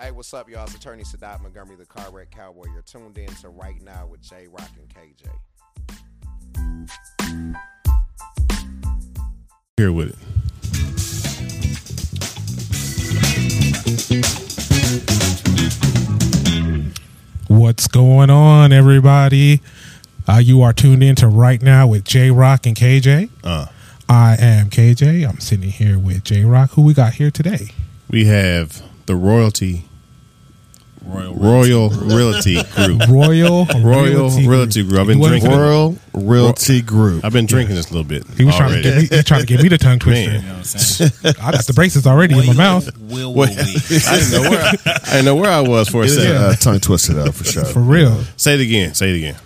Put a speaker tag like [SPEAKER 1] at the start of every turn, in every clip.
[SPEAKER 1] Hey, what's up, y'all? It's attorney Sadat Montgomery, the car wreck cowboy. You're tuned in to Right Now with J Rock and KJ.
[SPEAKER 2] Here with it. What's going on, everybody? Uh, you are tuned in to right now with J Rock and KJ.
[SPEAKER 3] Uh,
[SPEAKER 2] I am KJ. I'm sitting here with J Rock. Who we got here today?
[SPEAKER 3] we have the royalty,
[SPEAKER 4] Royal
[SPEAKER 3] Royal Realty Group.
[SPEAKER 2] Royal
[SPEAKER 3] Royal
[SPEAKER 2] Realty. Group.
[SPEAKER 3] Realty Group. I've been
[SPEAKER 2] What is
[SPEAKER 3] drinking.
[SPEAKER 2] it?
[SPEAKER 3] Royal
[SPEAKER 5] Realty Group.
[SPEAKER 3] I've been drinking this a little bit.
[SPEAKER 2] He was trying to,
[SPEAKER 3] already.
[SPEAKER 2] get me, he trying to get me the tongue twister.
[SPEAKER 4] You know what I'm saying?
[SPEAKER 2] I got the braces already in my mouth.
[SPEAKER 4] Will, will
[SPEAKER 3] Well,
[SPEAKER 4] we?
[SPEAKER 3] I didn't know where I, I didn't know where I was for a
[SPEAKER 5] It's
[SPEAKER 3] second.
[SPEAKER 5] uh, tongue twisted up for
[SPEAKER 2] For
[SPEAKER 5] sure.
[SPEAKER 2] real.
[SPEAKER 3] Say it again. Say it again.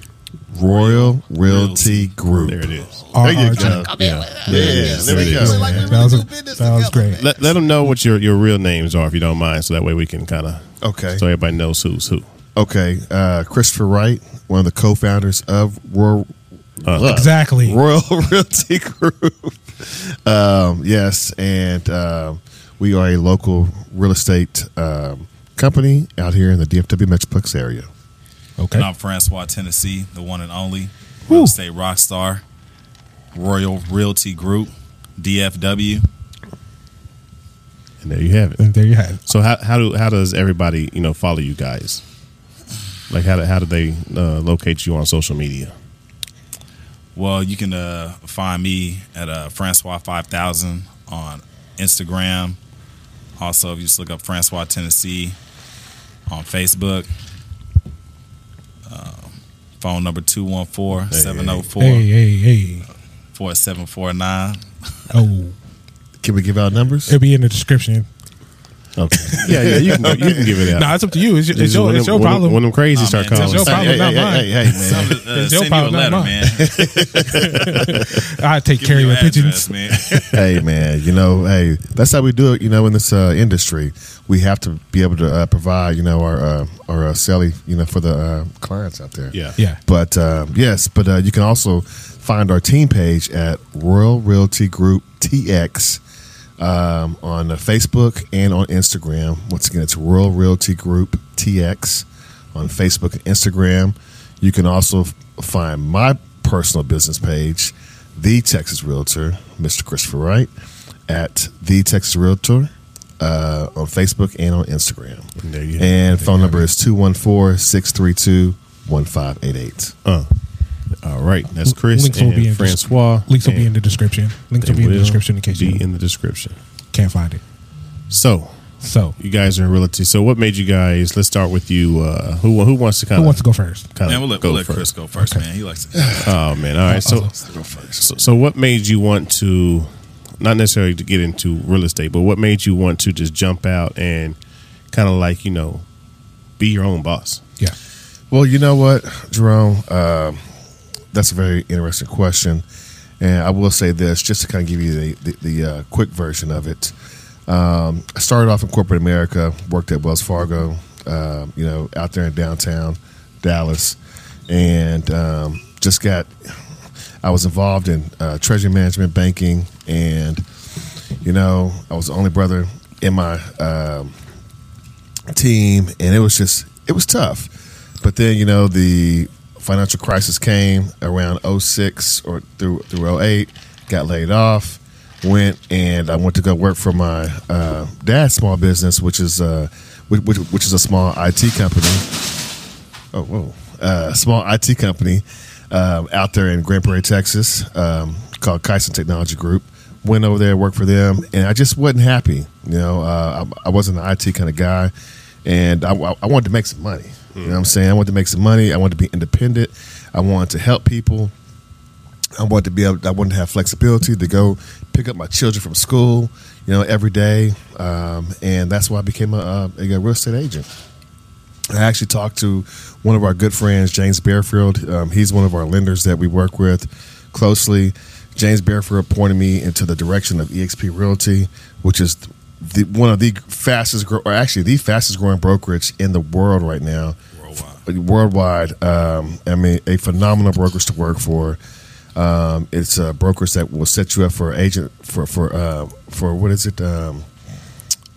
[SPEAKER 5] Royal Realty Group.
[SPEAKER 3] There it is.
[SPEAKER 2] RRG.
[SPEAKER 3] Yeah.
[SPEAKER 5] Yeah, there we
[SPEAKER 3] is.
[SPEAKER 5] go.
[SPEAKER 2] Yeah, that was, a- that was great.
[SPEAKER 3] Let, let them know what your, your real names are if you don't mind, so that way we can kind of
[SPEAKER 5] Okay.
[SPEAKER 3] so everybody knows who's who.
[SPEAKER 5] Okay. Uh, Christopher Wright, one of the co-founders of Royal,
[SPEAKER 3] Uh,
[SPEAKER 2] Exactly.
[SPEAKER 5] Royal Realty Group. Um, yes, and um, we are a local real estate um, company out here in the DFW Metroplex area.
[SPEAKER 2] Okay.
[SPEAKER 4] And I'm Francois, Tennessee, the one and only
[SPEAKER 2] Woo.
[SPEAKER 4] real estate rock star, Royal Realty Group, DFW.
[SPEAKER 3] and there you have it.
[SPEAKER 2] And there you have it.
[SPEAKER 3] So how, how do how does everybody you know follow you guys? Like how do, how do they uh, locate you on social media?
[SPEAKER 4] Well, you can uh, find me at uh, Francois Five Thousand on Instagram. Also, if you just look up Francois Tennessee on Facebook. Uh, phone number 214
[SPEAKER 2] Hey,
[SPEAKER 4] 704
[SPEAKER 2] hey, hey.
[SPEAKER 4] 4749.
[SPEAKER 2] Oh,
[SPEAKER 5] Can we give out numbers?
[SPEAKER 2] it'll be in the description.
[SPEAKER 3] Okay. yeah, yeah, you can go, you can give it out.
[SPEAKER 2] Nah, it's up to you. It's your, it's
[SPEAKER 3] Just
[SPEAKER 2] your,
[SPEAKER 3] when
[SPEAKER 2] it's
[SPEAKER 3] them-
[SPEAKER 2] your
[SPEAKER 3] when them-
[SPEAKER 2] problem.
[SPEAKER 3] When them crazy
[SPEAKER 4] Nah,
[SPEAKER 3] start
[SPEAKER 4] man,
[SPEAKER 3] calling,
[SPEAKER 2] it's your
[SPEAKER 3] Say,
[SPEAKER 2] problem,
[SPEAKER 5] hey,
[SPEAKER 2] not
[SPEAKER 5] hey,
[SPEAKER 2] mine.
[SPEAKER 5] hey, hey, man.
[SPEAKER 4] Some- uh,
[SPEAKER 2] It's your
[SPEAKER 4] send you a
[SPEAKER 2] problem, not
[SPEAKER 4] letter,
[SPEAKER 2] mine.
[SPEAKER 4] man.
[SPEAKER 2] I take
[SPEAKER 4] Give
[SPEAKER 2] care
[SPEAKER 4] me
[SPEAKER 2] of
[SPEAKER 4] your
[SPEAKER 2] your
[SPEAKER 4] address,
[SPEAKER 2] pigeons.
[SPEAKER 4] man.
[SPEAKER 5] hey man, you know, hey, that's how we do it. You know, in this uh, industry, we have to be able to uh, provide, you know, our uh, our uh, selling, you know, for the uh, clients out there.
[SPEAKER 3] yeah,
[SPEAKER 2] Yeah.
[SPEAKER 5] But uh, yes, but uh, you can also find our team page at Royal Realty Group TX um, on uh, Facebook and on Instagram. Once again, it's Royal Realty Group TX on Facebook and Instagram. You can also f- find my personal business page, The Texas Realtor, Mr. Christopher Wright, at The Texas Realtor uh, on Facebook and on Instagram.
[SPEAKER 3] There you-
[SPEAKER 5] and phone number is 214 632 1588.
[SPEAKER 3] Uh, all right, that's Chris
[SPEAKER 2] Links will
[SPEAKER 3] and
[SPEAKER 2] be in
[SPEAKER 3] Francois.
[SPEAKER 2] Links will be in
[SPEAKER 3] and
[SPEAKER 2] the description. Links
[SPEAKER 3] they
[SPEAKER 2] will be in the
[SPEAKER 3] will
[SPEAKER 2] description in case
[SPEAKER 3] be
[SPEAKER 2] you
[SPEAKER 3] in the description.
[SPEAKER 2] can't find it.
[SPEAKER 3] So
[SPEAKER 2] So,
[SPEAKER 3] you guys are in realty. So what made you guys? Let's start with you. Uh, who who wants to kind
[SPEAKER 2] who
[SPEAKER 3] of
[SPEAKER 2] wants to go first?
[SPEAKER 3] Kind
[SPEAKER 4] Man, we'll let, we'll let Chris go first, man. He likes it.
[SPEAKER 3] Oh man! All right.
[SPEAKER 2] Uh,
[SPEAKER 3] So, so so what made you want to, not necessarily to get into real estate, but what made you want to just jump out and kind of like you know, be your own boss?
[SPEAKER 2] Yeah.
[SPEAKER 5] Well, you know what, Jerome? Um, that's a very interesting question. And I will say this, just to kind of give you the, the, the uh, quick version of it. Um, I started off in corporate America, worked at Wells Fargo, um, you know, out there in downtown Dallas, and um, just got, I was involved in uh, treasury management, banking, and, you know, I was the only brother in my um, team, and it was just it was tough. But then you know the financial crisis came around 06 or through through 08. Got laid off, went and I went to go work for my uh, dad's small business, which is uh, which, which, which is a small IT company. Oh, whoa! Uh, small IT company um, out there in Grand Prairie, Texas, um, called Kyson Technology Group. Went over there, worked for them, and I just wasn't happy. You know, uh, I, I wasn't an IT kind of guy, and I, I wanted to make some money. You know what I'm saying? I wanted to make some money. I wanted to be independent. I wanted to help people. I wanted to be able, I wanted to have flexibility to go pick up my children from school, you know, every day, um, and that's why I became a, uh, a real estate agent. I actually talked to one of our good friends, James Bearfield. Um, he's one of our lenders that we work with closely. James Bearfield pointed me into the direction of EXP Realty, which is the, one of the fastest, grow, or actually the fastest growing brokerage in the world right now
[SPEAKER 4] Worldwide.
[SPEAKER 5] worldwide. Um, I mean, a phenomenal brokerage to work for. Um, it's a brokerage that will set you up for agent for for uh, for what is it? Um,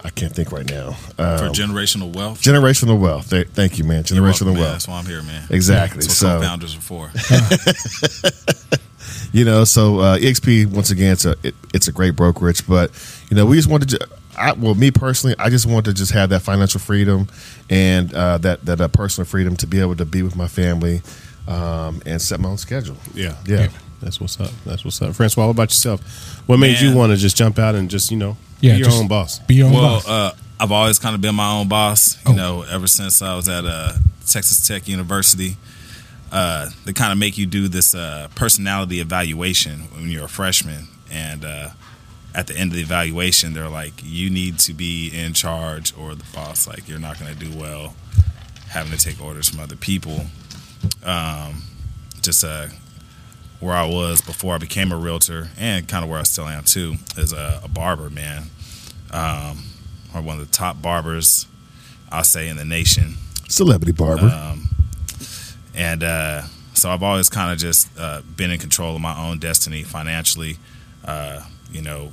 [SPEAKER 5] I can't think right now.
[SPEAKER 4] for
[SPEAKER 5] Um,
[SPEAKER 4] Uh, generational wealth.
[SPEAKER 5] generational wealth. Th- Thank you, man.
[SPEAKER 4] You're welcome,
[SPEAKER 5] Generational
[SPEAKER 4] man.
[SPEAKER 5] wealth.
[SPEAKER 4] That's why I'm here, man.
[SPEAKER 5] Exactly.
[SPEAKER 4] That's
[SPEAKER 5] So-
[SPEAKER 4] what founders are for.
[SPEAKER 5] you know so uh, exp once again it's a it, it's a great brokerage but you know we just wanted to ju- I, well me personally i just want to just have that financial freedom and uh, that that uh, personal freedom to be able to be with my family um, and set my own schedule
[SPEAKER 3] Yeah.
[SPEAKER 5] yeah
[SPEAKER 3] That's what's up. That's what's up. Francois, what about yourself? What made
[SPEAKER 4] Man.
[SPEAKER 3] you want to just jump out and just, you know,
[SPEAKER 2] Yeah,
[SPEAKER 3] be your
[SPEAKER 2] just
[SPEAKER 3] own boss?
[SPEAKER 2] Be your own
[SPEAKER 4] well,
[SPEAKER 2] boss.
[SPEAKER 4] uh, I've always kind of been my own boss. You
[SPEAKER 2] Oh.
[SPEAKER 4] know, ever since I was at uh, Texas Tech University, uh, they kind of make you do this uh, personality evaluation when you're a freshman, and uh, at the end of the evaluation, they're like, "You need to be in charge or the boss. Like, you're not going to do well having to take orders from other people." Um, just uh, where I was before I became a realtor, and kind of where I still am too, is a, a barber, man um, are one of the top barbers, I'll say, in the nation.
[SPEAKER 5] celebrity barber
[SPEAKER 4] Um, and uh, so I've always kind of just uh, been in control of my own destiny financially. Uh, you know,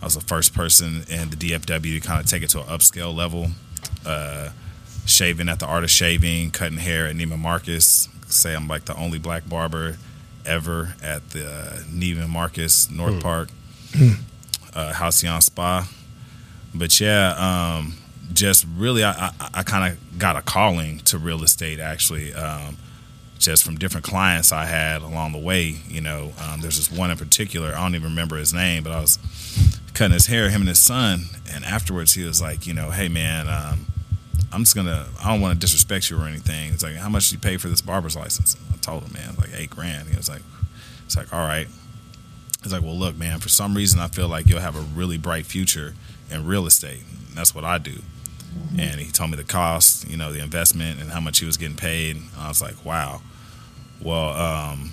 [SPEAKER 4] I was the first person in the DFW to kind of take it to an upscale level. Uh, shaving at the art of shaving, cutting hair at Neiman Marcus. Say I'm like the only black barber ever at the uh, Neiman Marcus North Park uh, Halcyon Spa. But yeah, um, just really, I, I, I kind of got a calling to real estate actually, um, just from different clients I had along the way. You know, um, there's this one in particular, I don't even remember his name, but I was cutting his hair, him and his son. And afterwards, he was like, you know, hey man, um, I'm just gonna, I don't want to disrespect you or anything. It's like, how much do you pay for this barber's license? I told him, man, like eight grand. He was like, it's like, all right. He's like, well, look, man, for some reason, I feel like you'll have a really bright future in real estate. And that's what I do. And he told me the cost, you know, the investment and how much he was getting paid. And I was like, wow. Well, um,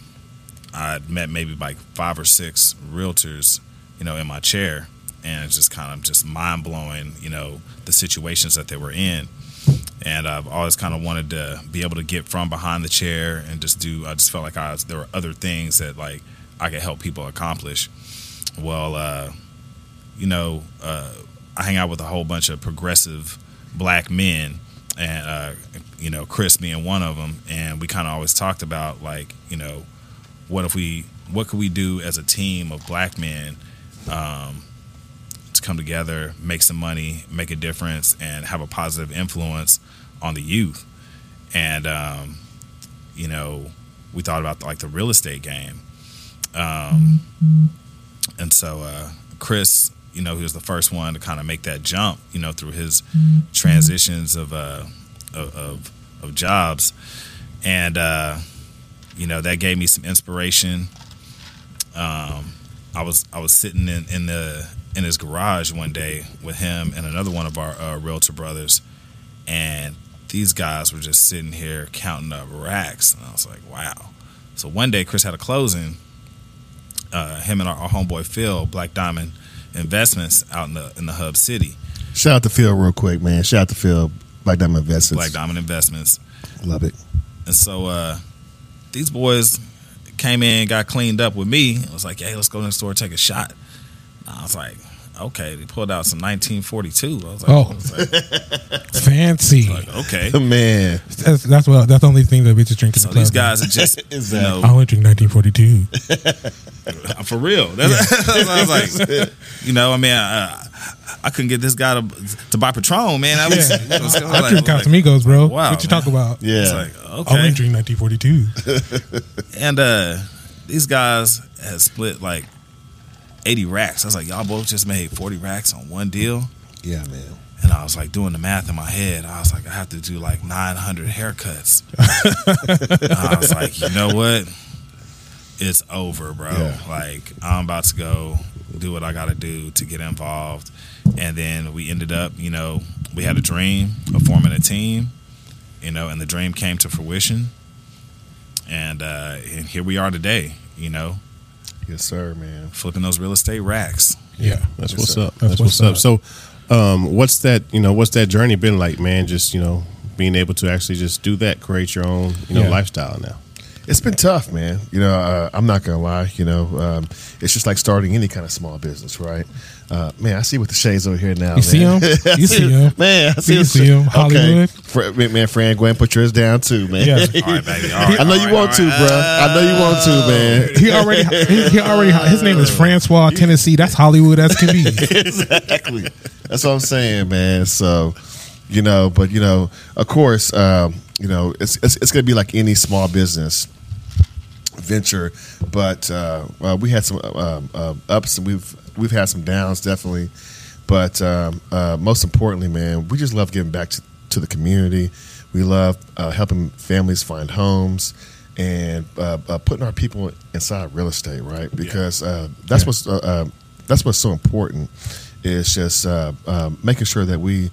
[SPEAKER 4] I'd met maybe like five or six realtors, you know, in my chair. And it's just kind of just mind blowing, you know, the situations that they were in. And I've always kind of wanted to be able to get from behind the chair and just do, I just felt like I was, there were other things that like I could help people accomplish. Well, uh, you know, uh, I hang out with a whole bunch of progressive black men, and uh, you know, Chris being one of them, and we kind of always talked about like, you know, what if we, what could we do as a team of black men um, to come together, make some money, make a difference, and have a positive influence on the youth, and um, you know, we thought about like the real estate game. Um, and so uh, Chris, you know, he was the first one to kind of make that jump, you know, through his transitions of, uh, of, of of jobs, and uh, you know that gave me some inspiration. Um, I was I was sitting in, in the in his garage one day with him and another one of our uh, realtor brothers, and these guys were just sitting here counting up racks, and I was like, wow. So one day Chris had a closing, uh, him and our, our homeboy Phil Black Diamond Investments out in the in the hub city,
[SPEAKER 5] shout out to phil real quick man shout out to phil black diamond investments
[SPEAKER 4] Black Diamond Investments.
[SPEAKER 5] love it
[SPEAKER 4] And so uh, these boys came in, got cleaned up with me. It was like, hey, let's go in the store, take a shot. And I was like, okay. They pulled out some 1942. I was like,
[SPEAKER 2] Oh.
[SPEAKER 4] I was like-
[SPEAKER 2] Fancy.
[SPEAKER 4] like, okay.
[SPEAKER 5] man
[SPEAKER 2] That's that's what that's the only thing that bitches drink. in
[SPEAKER 4] So
[SPEAKER 2] the club
[SPEAKER 4] these
[SPEAKER 2] now.
[SPEAKER 4] guys are just, you know,
[SPEAKER 2] I only drink 1942.
[SPEAKER 4] for real. That's, that's what I was like, you know, I mean, uh, I couldn't get this guy to, to buy Patron, man. I was, I was
[SPEAKER 2] I
[SPEAKER 4] like-
[SPEAKER 2] drink
[SPEAKER 4] like,
[SPEAKER 2] Casamigos, bro.
[SPEAKER 4] wow,
[SPEAKER 2] what you
[SPEAKER 4] man.
[SPEAKER 2] talk about?
[SPEAKER 5] yeah
[SPEAKER 4] It's like, okay.
[SPEAKER 2] I only drink 1942.
[SPEAKER 4] And uh these guys had split like 80 racks. I was like, y'all both just made 40 racks on one deal.
[SPEAKER 5] yeah man
[SPEAKER 4] And I was like doing the math in my head. I was like, I have to do like 900 haircuts. And I was like, you know what? It's over, bro.
[SPEAKER 5] Yeah.
[SPEAKER 4] Like, I'm about to go do what I got to do to get involved. And then we ended up, you know, we had a dream of forming a team, you know, and the dream came to fruition. And, uh, and here we are today, you know,
[SPEAKER 5] yes sir man
[SPEAKER 4] flipping those real estate racks.
[SPEAKER 2] Yeah.
[SPEAKER 3] That's
[SPEAKER 5] Yes,
[SPEAKER 3] what's
[SPEAKER 5] sir.
[SPEAKER 3] up. That's, what's, up. So, um, what's that? You know, what's that journey been like, man? Just you know, being able to actually just do that, create your own, you know,
[SPEAKER 2] Yeah.
[SPEAKER 3] lifestyle now.
[SPEAKER 5] It's been tough, man. You know, uh, I'm not gonna lie. You know, um, it's just like starting any kind of small business, right? Uh, man, I see what the shades over here now.
[SPEAKER 2] You see
[SPEAKER 5] man.
[SPEAKER 2] 'em?
[SPEAKER 5] I
[SPEAKER 2] You see 'em?
[SPEAKER 5] man? I see,
[SPEAKER 2] You
[SPEAKER 5] what-
[SPEAKER 2] see 'em? Hollywood?
[SPEAKER 5] Fr- man, Fran Gwen, put yours down too, man.
[SPEAKER 2] Yeah.
[SPEAKER 4] All right, baby. All right,
[SPEAKER 5] I know
[SPEAKER 4] all
[SPEAKER 5] you
[SPEAKER 4] right,
[SPEAKER 5] want
[SPEAKER 4] all
[SPEAKER 5] to,
[SPEAKER 4] right.
[SPEAKER 5] bro. I know you want to, man.
[SPEAKER 2] He already, he, he already. His name is Francois Tennessee. That's Hollywood as can be.
[SPEAKER 5] exactly. That's what I'm saying, man. So, you know, but you know, of course, um, you know, it's it's, it's going to be like any small business venture, but uh, uh, we had some um, uh, ups and we've we've had some downs, definitely. But um, uh, most importantly, man, we just love giving back to, to the community. We love uh, helping families find homes and uh, uh, putting our people inside real estate, right? Because uh, that's what's uh, uh, that's what's so important is just uh, uh, making sure that we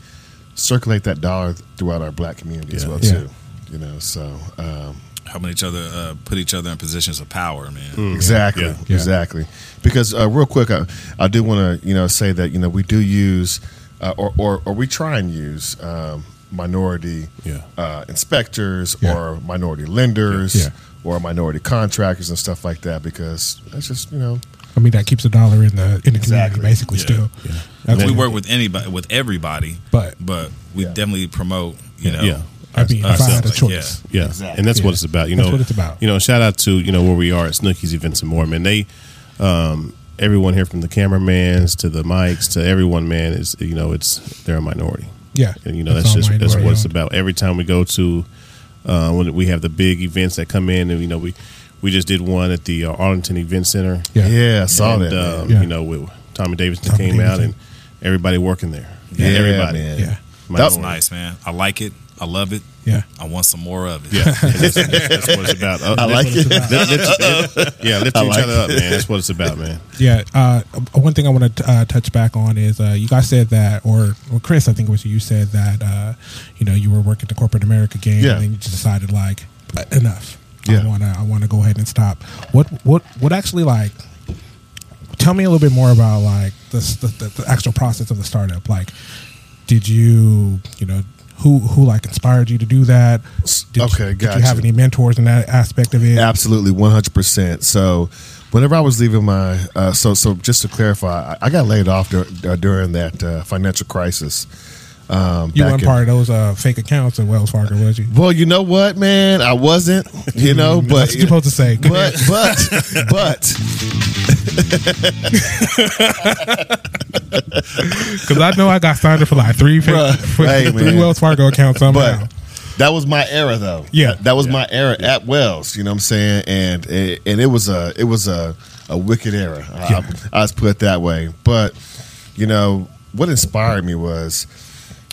[SPEAKER 5] circulate that dollar throughout our black community as
[SPEAKER 3] Yeah.
[SPEAKER 5] well
[SPEAKER 2] Yeah.
[SPEAKER 5] too. You know, so um,
[SPEAKER 4] Helping each other uh, put each other in positions of power, man.
[SPEAKER 5] Hmm. Exactly.
[SPEAKER 3] Yeah.
[SPEAKER 2] Mm-hmm. Yeah.
[SPEAKER 5] Exactly. Because uh, real quick, I, I do want to you know say that you know we do use uh, or, or or we try and use um, minority
[SPEAKER 3] Yeah.
[SPEAKER 5] uh, inspectors
[SPEAKER 2] Yeah.
[SPEAKER 5] or minority lenders
[SPEAKER 2] Yeah.
[SPEAKER 5] or minority contractors and stuff like that because that's just you know
[SPEAKER 2] I mean, that keeps a dollar in the in the community,
[SPEAKER 5] Exactly.
[SPEAKER 2] basically.
[SPEAKER 4] Yeah.
[SPEAKER 2] Still, That's
[SPEAKER 4] we
[SPEAKER 2] what-
[SPEAKER 4] work with anybody, with everybody,
[SPEAKER 2] But-
[SPEAKER 4] but we
[SPEAKER 5] Yeah.
[SPEAKER 4] definitely promote, you know,
[SPEAKER 3] Yeah.
[SPEAKER 2] I mean, if I had a
[SPEAKER 4] ourselves, like,
[SPEAKER 2] choice,
[SPEAKER 3] Yeah,
[SPEAKER 5] Exactly.
[SPEAKER 3] and that's
[SPEAKER 2] Yeah.
[SPEAKER 3] what it's about. You
[SPEAKER 2] That's
[SPEAKER 3] know,
[SPEAKER 2] what it's about.
[SPEAKER 3] You know, shout out to you know where we are at Snookies Events and more. Man, they, um, everyone here from the cameramans to the mics to everyone, man, is you know it's they're a minority.
[SPEAKER 2] yeah,
[SPEAKER 3] And, you know,
[SPEAKER 2] all
[SPEAKER 3] that's, just
[SPEAKER 2] mine
[SPEAKER 3] that's
[SPEAKER 2] were
[SPEAKER 3] what it's
[SPEAKER 2] owned.
[SPEAKER 3] about. Every time we go to uh, when we have the big events that come in, and you know we we just did one at the uh, Arlington Event Center.
[SPEAKER 2] Yeah.
[SPEAKER 5] yeah, I saw
[SPEAKER 3] and,
[SPEAKER 5] that man.
[SPEAKER 3] Um,
[SPEAKER 2] Yeah.
[SPEAKER 3] You know, with Tommy Davidson
[SPEAKER 2] Tommy
[SPEAKER 3] came out and
[SPEAKER 2] Davidson.
[SPEAKER 3] everybody working there.
[SPEAKER 5] yeah,
[SPEAKER 3] everybody.
[SPEAKER 5] man.
[SPEAKER 2] Yeah.
[SPEAKER 5] That's
[SPEAKER 4] It's nice, man. I like it. I love it.
[SPEAKER 2] Yeah.
[SPEAKER 4] I want some more of it.
[SPEAKER 3] Yeah, that's, that's- that's what it's about. Uh,
[SPEAKER 5] I like
[SPEAKER 3] lift- lift-
[SPEAKER 5] it.
[SPEAKER 3] lift- lift- yeah, lift
[SPEAKER 5] I
[SPEAKER 3] each
[SPEAKER 5] like
[SPEAKER 3] other up, man. That's what it's about, man.
[SPEAKER 2] Yeah. Uh, one thing I want to uh, touch back on is uh, you guys said that, or, or Chris, I think it was you said that, uh, you know, you were working the corporate America game,
[SPEAKER 5] Yeah.
[SPEAKER 2] and then you just decided like enough.
[SPEAKER 5] Yeah.
[SPEAKER 2] I wanna, I wanna go ahead and stop. What, what, what actually like? Tell me a little bit more about like the the, the, the actual process of the startup. Like, did you, you know. Who, who like inspired you to do that? Did
[SPEAKER 5] okay,
[SPEAKER 2] you, Did
[SPEAKER 5] gotcha.
[SPEAKER 2] you have any mentors in that aspect of it?
[SPEAKER 5] Absolutely, one hundred percent. So, whenever I was leaving my, uh, so so just to clarify, I, I got laid off dur- uh, during that uh, financial crisis. Um,
[SPEAKER 2] You
[SPEAKER 5] back
[SPEAKER 2] weren't
[SPEAKER 5] in-
[SPEAKER 2] part of those uh, fake accounts at Wells Fargo, was you?
[SPEAKER 5] Well, you know what, man, I wasn't. You know, but
[SPEAKER 2] Mm-hmm. That's what you're supposed to say. Come
[SPEAKER 5] But but but
[SPEAKER 2] Because I know I got signed up for like three,
[SPEAKER 5] Bruh.
[SPEAKER 2] for
[SPEAKER 5] Hey,
[SPEAKER 2] three
[SPEAKER 5] man.
[SPEAKER 2] Wells Fargo accounts somehow.
[SPEAKER 5] but that was my era though.
[SPEAKER 2] Yeah.
[SPEAKER 5] That, that was my era at Wells, you know what I'm saying? And and it was a it was a, a wicked era. I- I, I just put it that way. But you know, what inspired me was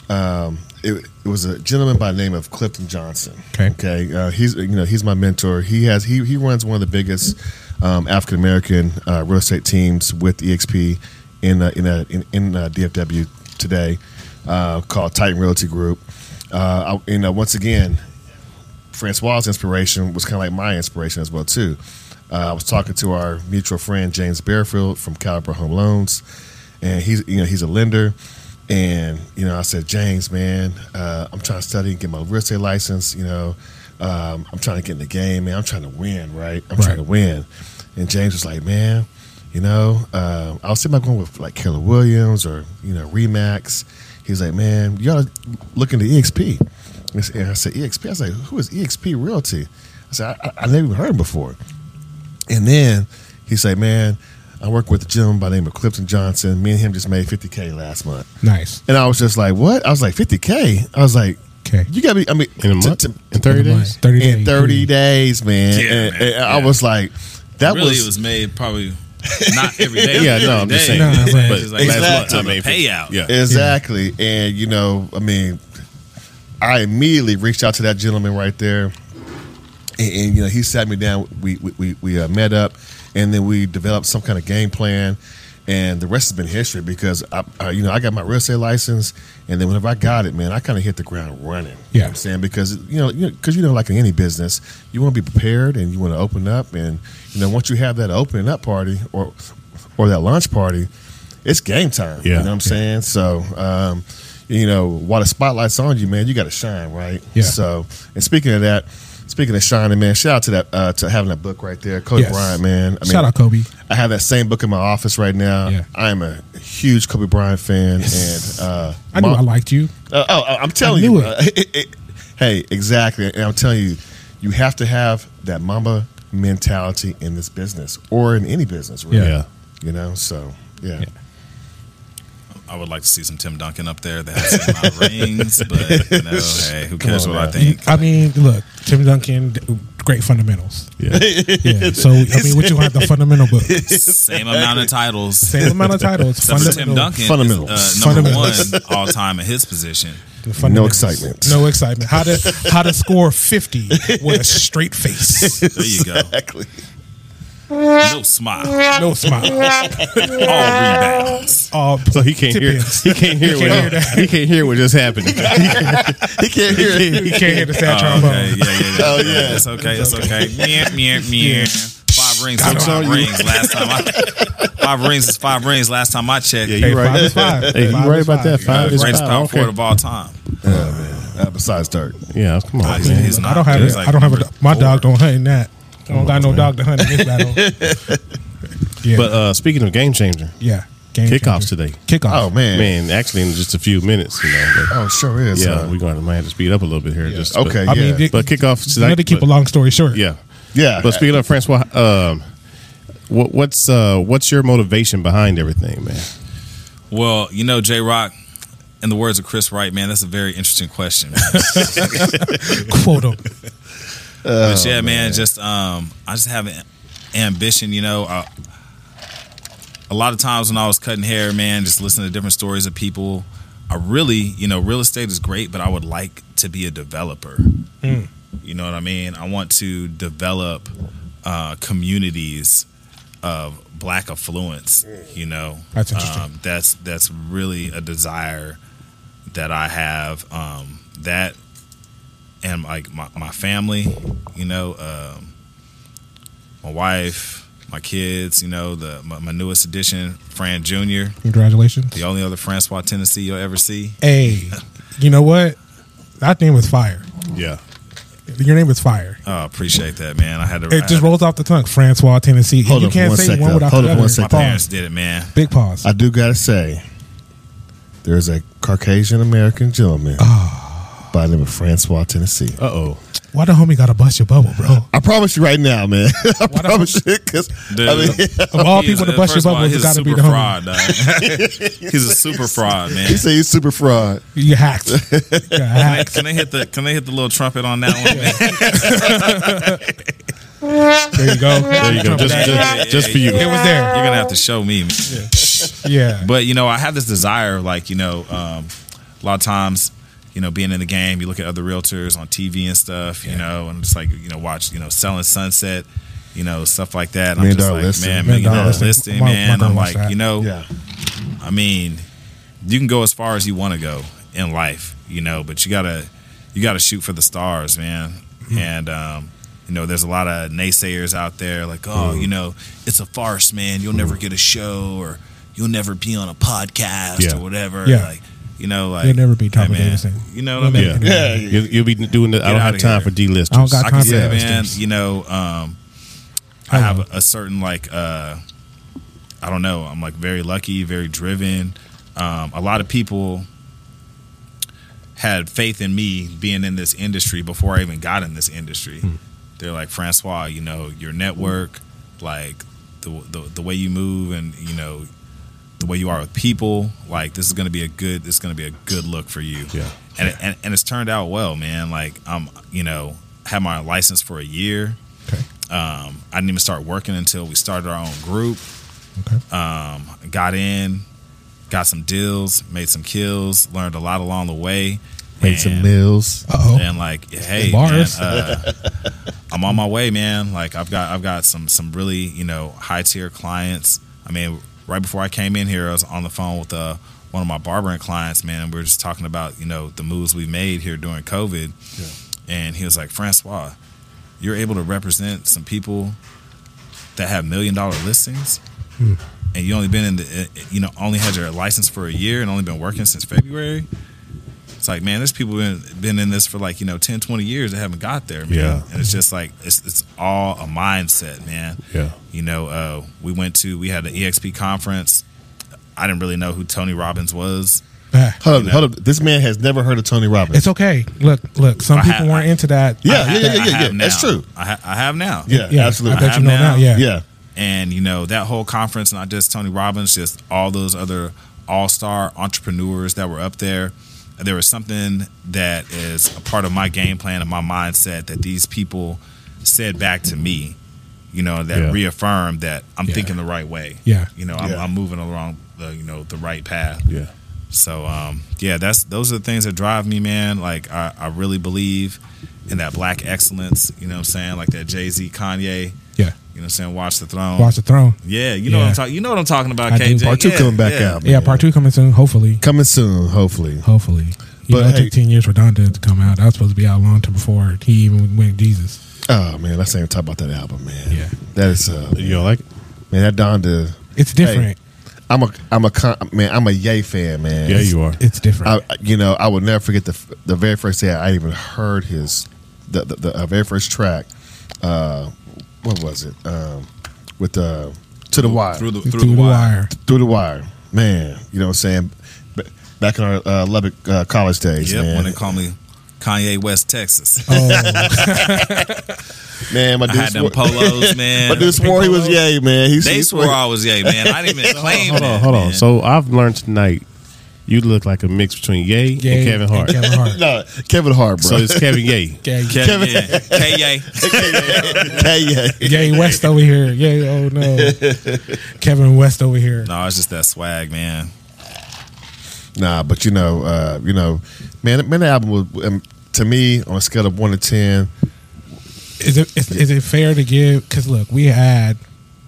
[SPEAKER 5] um, it, it was a gentleman by the name of Clifton Johnson.
[SPEAKER 2] Okay.
[SPEAKER 5] Okay. Uh, he's you know he's my mentor. He has he he runs one of the biggest um, African American uh, real estate teams with EXP in uh, in, uh, in in uh, DFW today uh, called Titan Realty Group. Uh, I, you know, once again, Francois' inspiration was kind of like my inspiration as well too. Uh, I was talking to our mutual friend James Bearfield from Caliber Home Loans, and he's you know he's a lender, and you know I said James man, uh, I'm trying to study and get my real estate license. You know, um, I'm trying to get in the game, man. I'm trying to win, right? I'm trying
[SPEAKER 2] Right.
[SPEAKER 5] to win. And James was like, man, you know, uh, I was thinking about going with like Keller Williams or you know Remax. He's like, man, y'all looking to EXP. And I said- E and I said, EXP? I was like, who is EXP Realty? I said, I, I, I never even heard him before. And then he said, man, I work with a gentleman by the name of Clifton Johnson. Me and him just made 50K last month.
[SPEAKER 2] nice.
[SPEAKER 5] And I was just like, what? I was like, 50K? I was like,
[SPEAKER 2] Okay.
[SPEAKER 5] you got to be, I mean,
[SPEAKER 3] In a
[SPEAKER 5] to-
[SPEAKER 3] month,
[SPEAKER 5] to-
[SPEAKER 3] in thirty
[SPEAKER 2] Never mind.
[SPEAKER 3] days.
[SPEAKER 2] 30 days.
[SPEAKER 5] in 30 days, man.
[SPEAKER 4] Yeah,
[SPEAKER 5] and,
[SPEAKER 4] man.
[SPEAKER 5] and I
[SPEAKER 4] Yeah.
[SPEAKER 5] was like, that
[SPEAKER 4] really,
[SPEAKER 5] was,
[SPEAKER 4] it was made probably not every day.
[SPEAKER 3] Yeah,
[SPEAKER 4] but
[SPEAKER 3] no,
[SPEAKER 4] every
[SPEAKER 3] I'm just
[SPEAKER 4] day.
[SPEAKER 3] saying.
[SPEAKER 2] Nah,
[SPEAKER 4] It's
[SPEAKER 2] but-
[SPEAKER 4] just like
[SPEAKER 5] Exactly.
[SPEAKER 4] last month, I made
[SPEAKER 3] Exactly.
[SPEAKER 4] payout.
[SPEAKER 3] Yeah.
[SPEAKER 5] Exactly. And, you know, I mean, I immediately reached out to that gentleman right there. And, and, you know, he sat me down. We, we, we, we uh, met up and then we developed some kind of game plan. And the rest has been history because, I, uh, you know, I got my real estate license. And then whenever I got it, man, I kind of hit the ground running. You know
[SPEAKER 2] Yeah.
[SPEAKER 5] what I'm saying? Because, you know, you know, 'cause you know, like in any business, you want to be prepared and you want to open up. And, you know, once you have that opening up party or, or that launch party, it's game time. You
[SPEAKER 3] Yeah.
[SPEAKER 5] know what I'm saying? So, um, you know, while the spotlight's on you, man, you got to shine, right?
[SPEAKER 2] Yeah.
[SPEAKER 5] So, and speaking of that, Speaking of shining, man, shout out to that uh, to having that book right there, Kobe
[SPEAKER 2] Yes.
[SPEAKER 5] Bryant, man. I mean,
[SPEAKER 2] Shout out Kobe.
[SPEAKER 5] I have that same book in my office right now.
[SPEAKER 2] Yeah.
[SPEAKER 5] I am a huge Kobe Bryant fan, and uh,
[SPEAKER 2] I knew
[SPEAKER 5] my-
[SPEAKER 2] I liked you.
[SPEAKER 5] uh, oh, I- I'm telling
[SPEAKER 2] knew
[SPEAKER 5] you.
[SPEAKER 2] it.
[SPEAKER 5] uh, it- it- hey, exactly. And I'm telling you, you have to have that mama mentality in this business or in any business, really.
[SPEAKER 2] Yeah.
[SPEAKER 5] You know, so yeah.
[SPEAKER 2] Yeah.
[SPEAKER 4] I would like to see some Tim Duncan up there that has some of my rings, but you know, hey, who cares
[SPEAKER 5] on,
[SPEAKER 4] what I
[SPEAKER 5] man.
[SPEAKER 4] think?
[SPEAKER 2] I mean, look, Tim Duncan, great fundamentals.
[SPEAKER 3] Yeah.
[SPEAKER 2] Yeah. So I mean, what you have the fundamental book,
[SPEAKER 4] Same amount of titles.
[SPEAKER 2] same amount of titles.
[SPEAKER 4] Except for Tim
[SPEAKER 2] fundamental-
[SPEAKER 4] Duncan,
[SPEAKER 5] Fundamentals.
[SPEAKER 4] is, uh, number
[SPEAKER 2] Fundamentals.
[SPEAKER 4] one all time in his position.
[SPEAKER 2] the fundamentals.
[SPEAKER 5] No excitement.
[SPEAKER 2] No excitement. How to how to score fifty with a straight face,
[SPEAKER 4] There you go.
[SPEAKER 5] Exactly.
[SPEAKER 4] No smile.
[SPEAKER 2] no smile,
[SPEAKER 4] All rebounds.
[SPEAKER 2] all
[SPEAKER 3] So he can't hear.
[SPEAKER 2] recipients.
[SPEAKER 3] He can't hear.
[SPEAKER 2] He can't hear
[SPEAKER 3] what,
[SPEAKER 2] that.
[SPEAKER 3] he can't hear what just happened.
[SPEAKER 5] He can't hear it.
[SPEAKER 2] He can't hear the sad
[SPEAKER 4] Oh,
[SPEAKER 2] trombone.
[SPEAKER 4] okay. Yeah, yeah, yeah.
[SPEAKER 5] Oh, yeah.
[SPEAKER 4] It's okay. It's okay. Meow, meow, meow. Five rings. is Five rings. Last time I. Five rings is five rings. Last time I checked.
[SPEAKER 2] Hey,
[SPEAKER 3] you right.
[SPEAKER 2] five is five.
[SPEAKER 3] Hey, you
[SPEAKER 2] Five
[SPEAKER 3] right
[SPEAKER 2] is
[SPEAKER 3] about that. Five is
[SPEAKER 4] Greatest
[SPEAKER 3] five.
[SPEAKER 4] power
[SPEAKER 3] Okay.
[SPEAKER 4] forward of all time.
[SPEAKER 5] Uh, besides Dirk.
[SPEAKER 3] Yeah, come on.
[SPEAKER 4] He's,
[SPEAKER 3] man.
[SPEAKER 4] he's not.
[SPEAKER 2] I don't have.
[SPEAKER 4] He's
[SPEAKER 2] a-
[SPEAKER 4] like
[SPEAKER 2] I don't have a.
[SPEAKER 4] number
[SPEAKER 2] do- My
[SPEAKER 4] four.
[SPEAKER 2] dog don't hunt in that. I
[SPEAKER 5] Oh,
[SPEAKER 2] don't got no dog to hunt in this battle. Yeah.
[SPEAKER 3] But uh, speaking of game changer,
[SPEAKER 2] yeah. Game
[SPEAKER 3] kickoffs
[SPEAKER 2] changer.
[SPEAKER 3] today.
[SPEAKER 2] Kickoff.
[SPEAKER 5] Oh man.
[SPEAKER 3] man, actually in just a few minutes, you know. but-
[SPEAKER 5] Oh, sure is.
[SPEAKER 3] yeah,
[SPEAKER 5] huh?
[SPEAKER 3] we're going to might have to speed up a little bit here. Just but-
[SPEAKER 5] okay.
[SPEAKER 2] I
[SPEAKER 5] yeah.
[SPEAKER 2] mean, they-
[SPEAKER 3] but kickoffs.
[SPEAKER 2] You know, to keep
[SPEAKER 3] but-
[SPEAKER 2] a long story short.
[SPEAKER 3] Yeah,
[SPEAKER 5] yeah.
[SPEAKER 3] but speaking of Francois, um, what, what's uh, what's your motivation behind everything, man?
[SPEAKER 4] Well, you know, J Rock, in the words of Chris Wright, man, that's a very interesting question.
[SPEAKER 2] Quote him.
[SPEAKER 4] but
[SPEAKER 5] Oh,
[SPEAKER 4] yeah, man, just um, I just have an ambition. You know, I, a lot of times when I was cutting hair, man, just listening to different stories of people. I really, you know, real estate is great, but I would like to be a developer.
[SPEAKER 2] Hmm.
[SPEAKER 4] You know what I mean? I want to develop uh, communities of black affluence. You know,
[SPEAKER 2] That's interesting.
[SPEAKER 4] Um, that's that's really a desire that I have. Um, that and like my, my family, you know, um, my wife, my kids, you know, the my, my newest addition, Fran Jr.,
[SPEAKER 2] Congratulations.
[SPEAKER 4] the only other Francois Tennessee you'll ever see.
[SPEAKER 2] Hey, you know what? That name was fire.
[SPEAKER 3] Yeah,
[SPEAKER 2] Your name was fire.
[SPEAKER 4] Oh, appreciate that, man. I had to. I
[SPEAKER 2] It
[SPEAKER 4] had
[SPEAKER 2] just
[SPEAKER 4] to-
[SPEAKER 2] rolls off the tongue. Francois, Tennessee.
[SPEAKER 5] Hold
[SPEAKER 2] you
[SPEAKER 5] up for
[SPEAKER 2] can't
[SPEAKER 5] one
[SPEAKER 2] say
[SPEAKER 5] sec,
[SPEAKER 2] one
[SPEAKER 5] though.
[SPEAKER 2] without
[SPEAKER 5] Hold
[SPEAKER 2] the
[SPEAKER 5] up for
[SPEAKER 2] other.
[SPEAKER 5] one sec,
[SPEAKER 4] my
[SPEAKER 5] though.
[SPEAKER 4] parents
[SPEAKER 2] Pause.
[SPEAKER 4] did it, man.
[SPEAKER 2] Big pause.
[SPEAKER 5] I do gotta say, there's a Caucasian American gentleman
[SPEAKER 3] Ah.
[SPEAKER 5] by the name of Francois Tennessee.
[SPEAKER 3] uh oh,
[SPEAKER 2] Why the homie gotta bust your bubble, bro?
[SPEAKER 5] I promise you right now, man. I
[SPEAKER 2] Why the-
[SPEAKER 5] promise you because I mean,
[SPEAKER 4] Dude.
[SPEAKER 2] Of all
[SPEAKER 4] He's
[SPEAKER 2] people
[SPEAKER 4] a-
[SPEAKER 2] to bust your
[SPEAKER 4] first of all,
[SPEAKER 2] bubble,
[SPEAKER 4] he's
[SPEAKER 2] it's gotta
[SPEAKER 4] a
[SPEAKER 2] be
[SPEAKER 4] super
[SPEAKER 2] the homie.
[SPEAKER 4] fraud, dog. he's a super fraud, man.
[SPEAKER 5] he said he's super fraud.
[SPEAKER 2] You hacked. You got
[SPEAKER 4] Hey,
[SPEAKER 2] hacked.
[SPEAKER 4] can they hit the Can they hit the little trumpet on that one? Man?
[SPEAKER 2] There you go.
[SPEAKER 3] there you go. Just
[SPEAKER 4] Yeah,
[SPEAKER 3] just, just for you.
[SPEAKER 2] It was there.
[SPEAKER 4] You're gonna have to show me. Man.
[SPEAKER 2] Yeah.
[SPEAKER 4] But you know, I have this desire, like you know, um, a lot of times, you know, being in the game, you look at other realtors on TV and stuff, you know, and it's like you know, watch you know, selling Sunset, you know, stuff like that. And
[SPEAKER 5] Million
[SPEAKER 4] I'm just
[SPEAKER 5] dollar
[SPEAKER 4] like,
[SPEAKER 5] listing.
[SPEAKER 4] man,
[SPEAKER 2] Million
[SPEAKER 4] million
[SPEAKER 2] dollar
[SPEAKER 4] dollar
[SPEAKER 2] listing.
[SPEAKER 4] listing,
[SPEAKER 2] My- my
[SPEAKER 4] man.
[SPEAKER 2] girl
[SPEAKER 4] I'm
[SPEAKER 2] wants
[SPEAKER 4] like,
[SPEAKER 2] that.
[SPEAKER 4] you know,
[SPEAKER 5] Yeah.
[SPEAKER 4] I mean, you can go as far as you want to go in life, you know, but you gotta you gotta shoot for the stars, man.
[SPEAKER 2] Hmm.
[SPEAKER 4] And um, you know, there's a lot of naysayers out there, like, oh,
[SPEAKER 2] Hmm.
[SPEAKER 4] you know, it's a farce, man. You'll never get a show, or you'll never be on a podcast
[SPEAKER 3] Yeah.
[SPEAKER 4] or whatever.
[SPEAKER 2] Yeah.
[SPEAKER 4] Like, you know, like
[SPEAKER 2] You'll never be Tommy
[SPEAKER 4] man,
[SPEAKER 2] Davidson.
[SPEAKER 4] You know what I mean?
[SPEAKER 3] Yeah,
[SPEAKER 5] Yeah.
[SPEAKER 3] You'll, you'll be doing. The, I don't
[SPEAKER 4] outta
[SPEAKER 3] have time for
[SPEAKER 4] here.
[SPEAKER 3] D listers.
[SPEAKER 2] I don't got
[SPEAKER 4] I can
[SPEAKER 2] time for
[SPEAKER 4] say,
[SPEAKER 5] Yeah.
[SPEAKER 4] man,
[SPEAKER 2] that.
[SPEAKER 4] you know, um,
[SPEAKER 2] I
[SPEAKER 4] I have
[SPEAKER 2] know.
[SPEAKER 4] a, a certain like, uh, I don't know. I'm like very lucky, very driven. Um, a lot of people had faith in me being in this industry before I even got in this industry. They're like Francois, you know, your network, like the, the the way you move, and you know, the way you are with people. Like this is going to be a good. This is going to be a good look for you.
[SPEAKER 3] Yeah.
[SPEAKER 4] And, it, and and it's turned out well, man. Like I'm, you know, had my license for a year.
[SPEAKER 2] Okay.
[SPEAKER 4] Um, I didn't even start working until we started our own group.
[SPEAKER 2] Okay.
[SPEAKER 4] Um, got in, got some deals, made some kills, learned a lot along the way.
[SPEAKER 5] Made some mills.
[SPEAKER 2] Uh oh.
[SPEAKER 4] And like, hey, man,
[SPEAKER 2] Bars.
[SPEAKER 4] uh, I'm on my way, man. Like, I've got I've got some some really you know high tier clients. I mean, right before I came in here, I was on the phone with uh, one of my barbering clients, man, and we were just talking about you know the moves we made here during COVID. And he was like, Francois, you're able to represent some people that have million dollar listings. And eh, you only been in the, uh, you know, only had your license for a year and only been working since February It's like, man, there's people been been in this for like you know 10, 20 years that haven't got there, man.
[SPEAKER 3] Yeah.
[SPEAKER 4] And it's just like it's it's all a mindset, man.
[SPEAKER 3] Yeah.
[SPEAKER 4] You know, uh, we went to we had an EXP conference. I didn't really know who Tony Robbins was.
[SPEAKER 2] Eh,
[SPEAKER 5] Hold up, hold up. This man has never heard of Tony Robbins.
[SPEAKER 2] It's okay. Look, look. Some
[SPEAKER 4] I
[SPEAKER 2] people
[SPEAKER 4] have-
[SPEAKER 2] weren't into that.
[SPEAKER 5] yeah,
[SPEAKER 4] I
[SPEAKER 5] yeah,
[SPEAKER 4] have-
[SPEAKER 5] yeah, yeah,
[SPEAKER 4] I
[SPEAKER 5] yeah,
[SPEAKER 4] have
[SPEAKER 5] yeah. That's
[SPEAKER 4] now.
[SPEAKER 5] true.
[SPEAKER 4] I, ha- I have now.
[SPEAKER 5] Yeah,
[SPEAKER 2] yeah,
[SPEAKER 5] absolutely.
[SPEAKER 2] I bet
[SPEAKER 4] have
[SPEAKER 2] you know
[SPEAKER 4] now.
[SPEAKER 2] now. Yeah,
[SPEAKER 5] yeah,
[SPEAKER 4] And you know that whole conference, not just Tony Robbins, just all those other all-star entrepreneurs that were up there. There was something that is a part of my game plan and my mindset that these people said back to me. You know that
[SPEAKER 3] Yeah.
[SPEAKER 4] reaffirmed that I'm
[SPEAKER 2] Yeah.
[SPEAKER 4] thinking the right way.
[SPEAKER 2] Yeah.
[SPEAKER 4] you know I'm,
[SPEAKER 5] Yeah.
[SPEAKER 4] I'm moving along the you know the right path.
[SPEAKER 3] Yeah.
[SPEAKER 4] So um, yeah, that's those are the things that drive me, man. Like I, I really believe in that black excellence. You know what I'm saying? Like that Jay Z, Kanye.
[SPEAKER 2] yeah.
[SPEAKER 4] You know what I'm saying? Watch the throne.
[SPEAKER 2] Watch the throne.
[SPEAKER 4] yeah, you know what
[SPEAKER 2] Yeah.
[SPEAKER 4] I'm talking. You know what I'm talking about,
[SPEAKER 2] I do.
[SPEAKER 4] KJ.
[SPEAKER 5] Part two
[SPEAKER 4] Yeah,
[SPEAKER 5] coming back
[SPEAKER 4] yeah.
[SPEAKER 5] out.
[SPEAKER 2] Yeah, part two coming soon. Hopefully,
[SPEAKER 5] Coming soon, hopefully.
[SPEAKER 2] hopefully. You
[SPEAKER 5] But
[SPEAKER 2] know, it
[SPEAKER 5] hey-
[SPEAKER 2] took ten years for Donda to come out. That was supposed to be out long to before he even went Jesus.
[SPEAKER 5] Oh man, let's not even talk about that album, man.
[SPEAKER 2] Yeah.
[SPEAKER 5] that is uh,
[SPEAKER 3] You don't like it?
[SPEAKER 5] man. That Donda.
[SPEAKER 2] It's different.
[SPEAKER 5] I'm a I'm a con- man. I'm a Yay fan, man.
[SPEAKER 3] Yeah, you are.
[SPEAKER 2] It's different.
[SPEAKER 5] I, you know, I will never forget the f- the very first day I even heard his the the, the uh, very first track. Uh, what was it? Um, with uh, to the wire
[SPEAKER 4] Through the
[SPEAKER 2] through,
[SPEAKER 4] through, the, wire.
[SPEAKER 5] through the wire, man. You know what I'm saying? B- Back in our uh, Lubbock uh, college days,
[SPEAKER 4] Yep.
[SPEAKER 5] man.
[SPEAKER 4] When they call me Kanye West, Texas.
[SPEAKER 2] Oh,
[SPEAKER 5] man, my
[SPEAKER 4] I
[SPEAKER 5] dude
[SPEAKER 4] had them
[SPEAKER 5] swore,
[SPEAKER 4] polos, man.
[SPEAKER 5] my dude swore he was yay, man. He
[SPEAKER 4] They
[SPEAKER 5] he
[SPEAKER 4] swore I was yay, man. I didn't even claim
[SPEAKER 3] Hold on,
[SPEAKER 4] that,
[SPEAKER 3] hold on.
[SPEAKER 4] man.
[SPEAKER 3] So I've learned tonight you look like a mix between Ye and
[SPEAKER 2] Ye
[SPEAKER 3] Kevin Hart.
[SPEAKER 2] Kevin Hart.
[SPEAKER 5] no, Kevin Hart,
[SPEAKER 3] So
[SPEAKER 5] bro.
[SPEAKER 3] it's Kevin Ye.
[SPEAKER 2] Gay,
[SPEAKER 4] Kevin, yeah. Kanye.
[SPEAKER 5] Kanye.
[SPEAKER 2] Gay West over here. Yay, oh no. Kevin West over here.
[SPEAKER 4] No, it's just that swag, man.
[SPEAKER 5] Nah, but you know, uh, you know, man, man, the album was um, to me on a scale of one to ten.
[SPEAKER 2] Is it is, is it fair to give? Because look, we had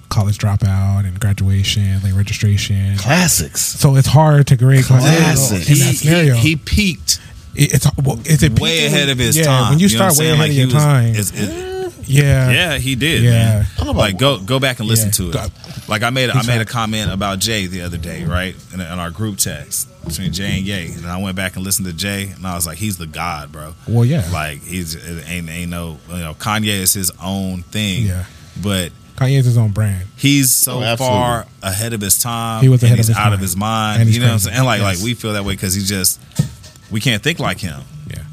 [SPEAKER 2] college dropout and graduation, late registration.
[SPEAKER 5] Classics.
[SPEAKER 2] So it's hard to grade classic
[SPEAKER 5] Classic.
[SPEAKER 2] in that scenario.
[SPEAKER 4] he peaked
[SPEAKER 2] It- it's well, is it
[SPEAKER 4] way
[SPEAKER 2] peaking?
[SPEAKER 4] ahead of his
[SPEAKER 2] yeah,
[SPEAKER 4] time.
[SPEAKER 2] When you
[SPEAKER 4] know
[SPEAKER 2] start
[SPEAKER 4] what
[SPEAKER 2] way
[SPEAKER 4] I'm saying?
[SPEAKER 2] ahead of your time,
[SPEAKER 4] he was- it's- it-
[SPEAKER 2] yeah,
[SPEAKER 4] yeah, he did.
[SPEAKER 2] Yeah.
[SPEAKER 4] man.
[SPEAKER 5] I don't know
[SPEAKER 4] like go
[SPEAKER 5] about-
[SPEAKER 4] go back and listen
[SPEAKER 2] Yeah.
[SPEAKER 4] to
[SPEAKER 2] Go-
[SPEAKER 4] it. Like I made a, I made a
[SPEAKER 2] Exactly.
[SPEAKER 4] comment about Jay the other day, right? In, in our group text between Jay and Ye, and I went back and listened to Jay, and I was like, he's the god, bro.
[SPEAKER 2] Well, yeah.
[SPEAKER 4] like he's it ain't ain't no you know Kanye is his own thing,
[SPEAKER 2] Yeah.
[SPEAKER 4] but.
[SPEAKER 2] Kanye's his own brand.
[SPEAKER 4] He's so
[SPEAKER 5] Oh, absolutely.
[SPEAKER 4] far ahead of his time.
[SPEAKER 2] He was ahead
[SPEAKER 4] and he's
[SPEAKER 2] of his
[SPEAKER 4] out
[SPEAKER 2] time.
[SPEAKER 4] of his mind.
[SPEAKER 2] And he's
[SPEAKER 4] you know what I'm
[SPEAKER 2] crazy.
[SPEAKER 4] saying? And like
[SPEAKER 2] Yes.
[SPEAKER 4] like we feel that way because he just we can't think like him.
[SPEAKER 2] Yeah,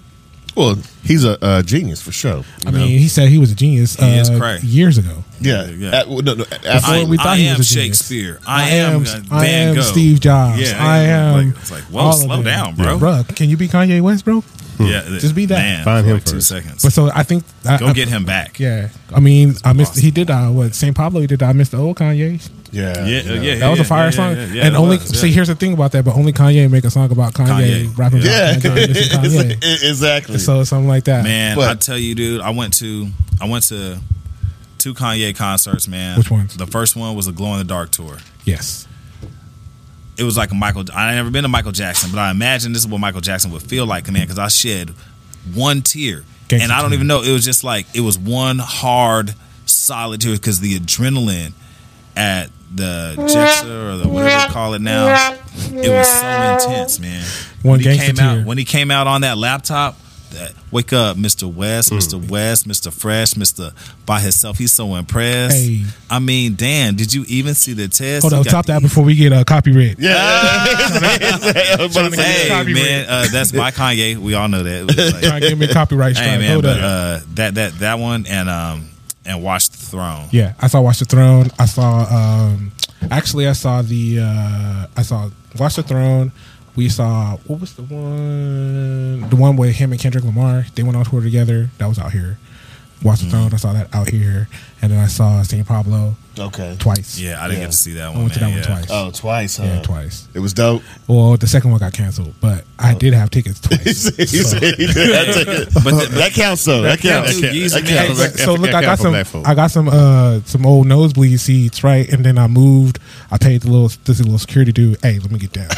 [SPEAKER 5] Well, he's a uh, genius for sure.
[SPEAKER 2] I
[SPEAKER 5] you know?
[SPEAKER 2] mean, he said he was a genious
[SPEAKER 4] He is
[SPEAKER 2] uh,
[SPEAKER 4] crazy.
[SPEAKER 2] years ago.
[SPEAKER 5] yeah,
[SPEAKER 4] yeah. Uh-huh.
[SPEAKER 5] Uh, well, no, no,
[SPEAKER 2] Before
[SPEAKER 5] absolutely.
[SPEAKER 2] we thought
[SPEAKER 4] I
[SPEAKER 2] he
[SPEAKER 4] am
[SPEAKER 2] was a genius.
[SPEAKER 4] Shakespeare. I, am, uh,
[SPEAKER 2] I
[SPEAKER 4] Van
[SPEAKER 2] am
[SPEAKER 4] Gogh.
[SPEAKER 2] Steve Jobs.
[SPEAKER 4] Yeah,
[SPEAKER 2] I am.
[SPEAKER 4] Like, it's like, whoa,
[SPEAKER 2] all of
[SPEAKER 4] slow
[SPEAKER 2] them.
[SPEAKER 4] down, bro.
[SPEAKER 2] Bro, can you be Kanye West, bro?
[SPEAKER 4] Yeah,
[SPEAKER 2] Just be that.
[SPEAKER 4] Man,
[SPEAKER 3] Find
[SPEAKER 4] for
[SPEAKER 3] him
[SPEAKER 4] like two
[SPEAKER 3] first.
[SPEAKER 4] seconds.
[SPEAKER 2] But so I think I,
[SPEAKER 4] Go
[SPEAKER 2] I-
[SPEAKER 4] get him back.
[SPEAKER 2] Yeah, I mean, I missed.
[SPEAKER 4] Awesome.
[SPEAKER 2] He did uh, what St. Pablo. He did. I missed the old Kanye.
[SPEAKER 4] yeah,
[SPEAKER 5] yeah, you know.
[SPEAKER 4] yeah.
[SPEAKER 2] That was a fire
[SPEAKER 4] yeah,
[SPEAKER 2] song.
[SPEAKER 4] yeah, yeah,
[SPEAKER 2] and
[SPEAKER 4] it
[SPEAKER 2] only
[SPEAKER 4] was,
[SPEAKER 2] see,
[SPEAKER 4] yeah.
[SPEAKER 2] here's the thing about that. But only Kanye make a song about Kanye,
[SPEAKER 4] Kanye.
[SPEAKER 2] rapping
[SPEAKER 5] Yeah.
[SPEAKER 2] about Kanye, dissing Kanye.
[SPEAKER 5] exactly.
[SPEAKER 2] So something like that.
[SPEAKER 4] man,
[SPEAKER 5] But-
[SPEAKER 4] I tell you, dude, I went to I went to two Kanye concerts, man.
[SPEAKER 2] Which ones?
[SPEAKER 4] The first one was a Glow in the Dark tour.
[SPEAKER 2] Yes.
[SPEAKER 4] It was like a Michael. I never been to Michael Jackson, but I imagine this is what Michael Jackson would feel like, man. Because I shed one tear,
[SPEAKER 2] Gangsta
[SPEAKER 4] and I don't
[SPEAKER 2] tear.
[SPEAKER 4] even know. It was just like it was one hard, solid tear because the adrenaline at the Jexa or the whatever they call it now, it was so intense, man.
[SPEAKER 2] One
[SPEAKER 4] when he
[SPEAKER 2] gangsta
[SPEAKER 4] came
[SPEAKER 2] tear.
[SPEAKER 4] out, when he came out on that laptop, that wake up, Mr. West, Mr. West, Mr. Fresh, Mr. By himself, he's so impressed.
[SPEAKER 2] Hey.
[SPEAKER 4] I mean, damn, did you even see the test?
[SPEAKER 2] Hold
[SPEAKER 4] He
[SPEAKER 2] on,
[SPEAKER 4] got
[SPEAKER 2] stop
[SPEAKER 4] the-
[SPEAKER 2] that before we get uh, copyright.
[SPEAKER 5] yeah, I was about to say,
[SPEAKER 4] Hey
[SPEAKER 2] Copyright.
[SPEAKER 4] man, uh, that's my Kanye. We all know that. It was like-
[SPEAKER 2] Trying to give me a copyright strike.
[SPEAKER 4] hey man,
[SPEAKER 2] Hold
[SPEAKER 4] but
[SPEAKER 2] up.
[SPEAKER 4] uh, that that that one and um and Watch the Throne.
[SPEAKER 2] yeah, I saw Watch the Throne. I saw. um Actually, I saw the. uh I saw Watch the Throne. We saw what was the one? The one with him and Kendrick Lamar. They went on tour together. That was out here. Watch the
[SPEAKER 4] Mm.
[SPEAKER 2] Throne. I saw that out here, and then I saw St. Pablo
[SPEAKER 5] okay.
[SPEAKER 2] twice.
[SPEAKER 4] Yeah, I didn't
[SPEAKER 5] Yeah.
[SPEAKER 4] get to see that
[SPEAKER 2] I
[SPEAKER 4] one.
[SPEAKER 2] went to that
[SPEAKER 4] man,
[SPEAKER 2] one
[SPEAKER 4] yeah.
[SPEAKER 2] twice.
[SPEAKER 5] Oh, twice. Huh?
[SPEAKER 2] Yeah, twice.
[SPEAKER 5] It was dope. Oh.
[SPEAKER 2] Well, the second one got canceled, but I did have tickets twice.
[SPEAKER 5] He said he did. I take it.
[SPEAKER 4] But the-
[SPEAKER 5] that counts though. That counts.
[SPEAKER 4] counts. Yeezy
[SPEAKER 5] That
[SPEAKER 4] man.
[SPEAKER 2] Hey,
[SPEAKER 5] counts.
[SPEAKER 2] so- so look, I got some,
[SPEAKER 3] Black folk.
[SPEAKER 2] I got some, uh, some old nosebleed seats, right? And then I moved. I paid the little, this little security dude. Hey, let me get down,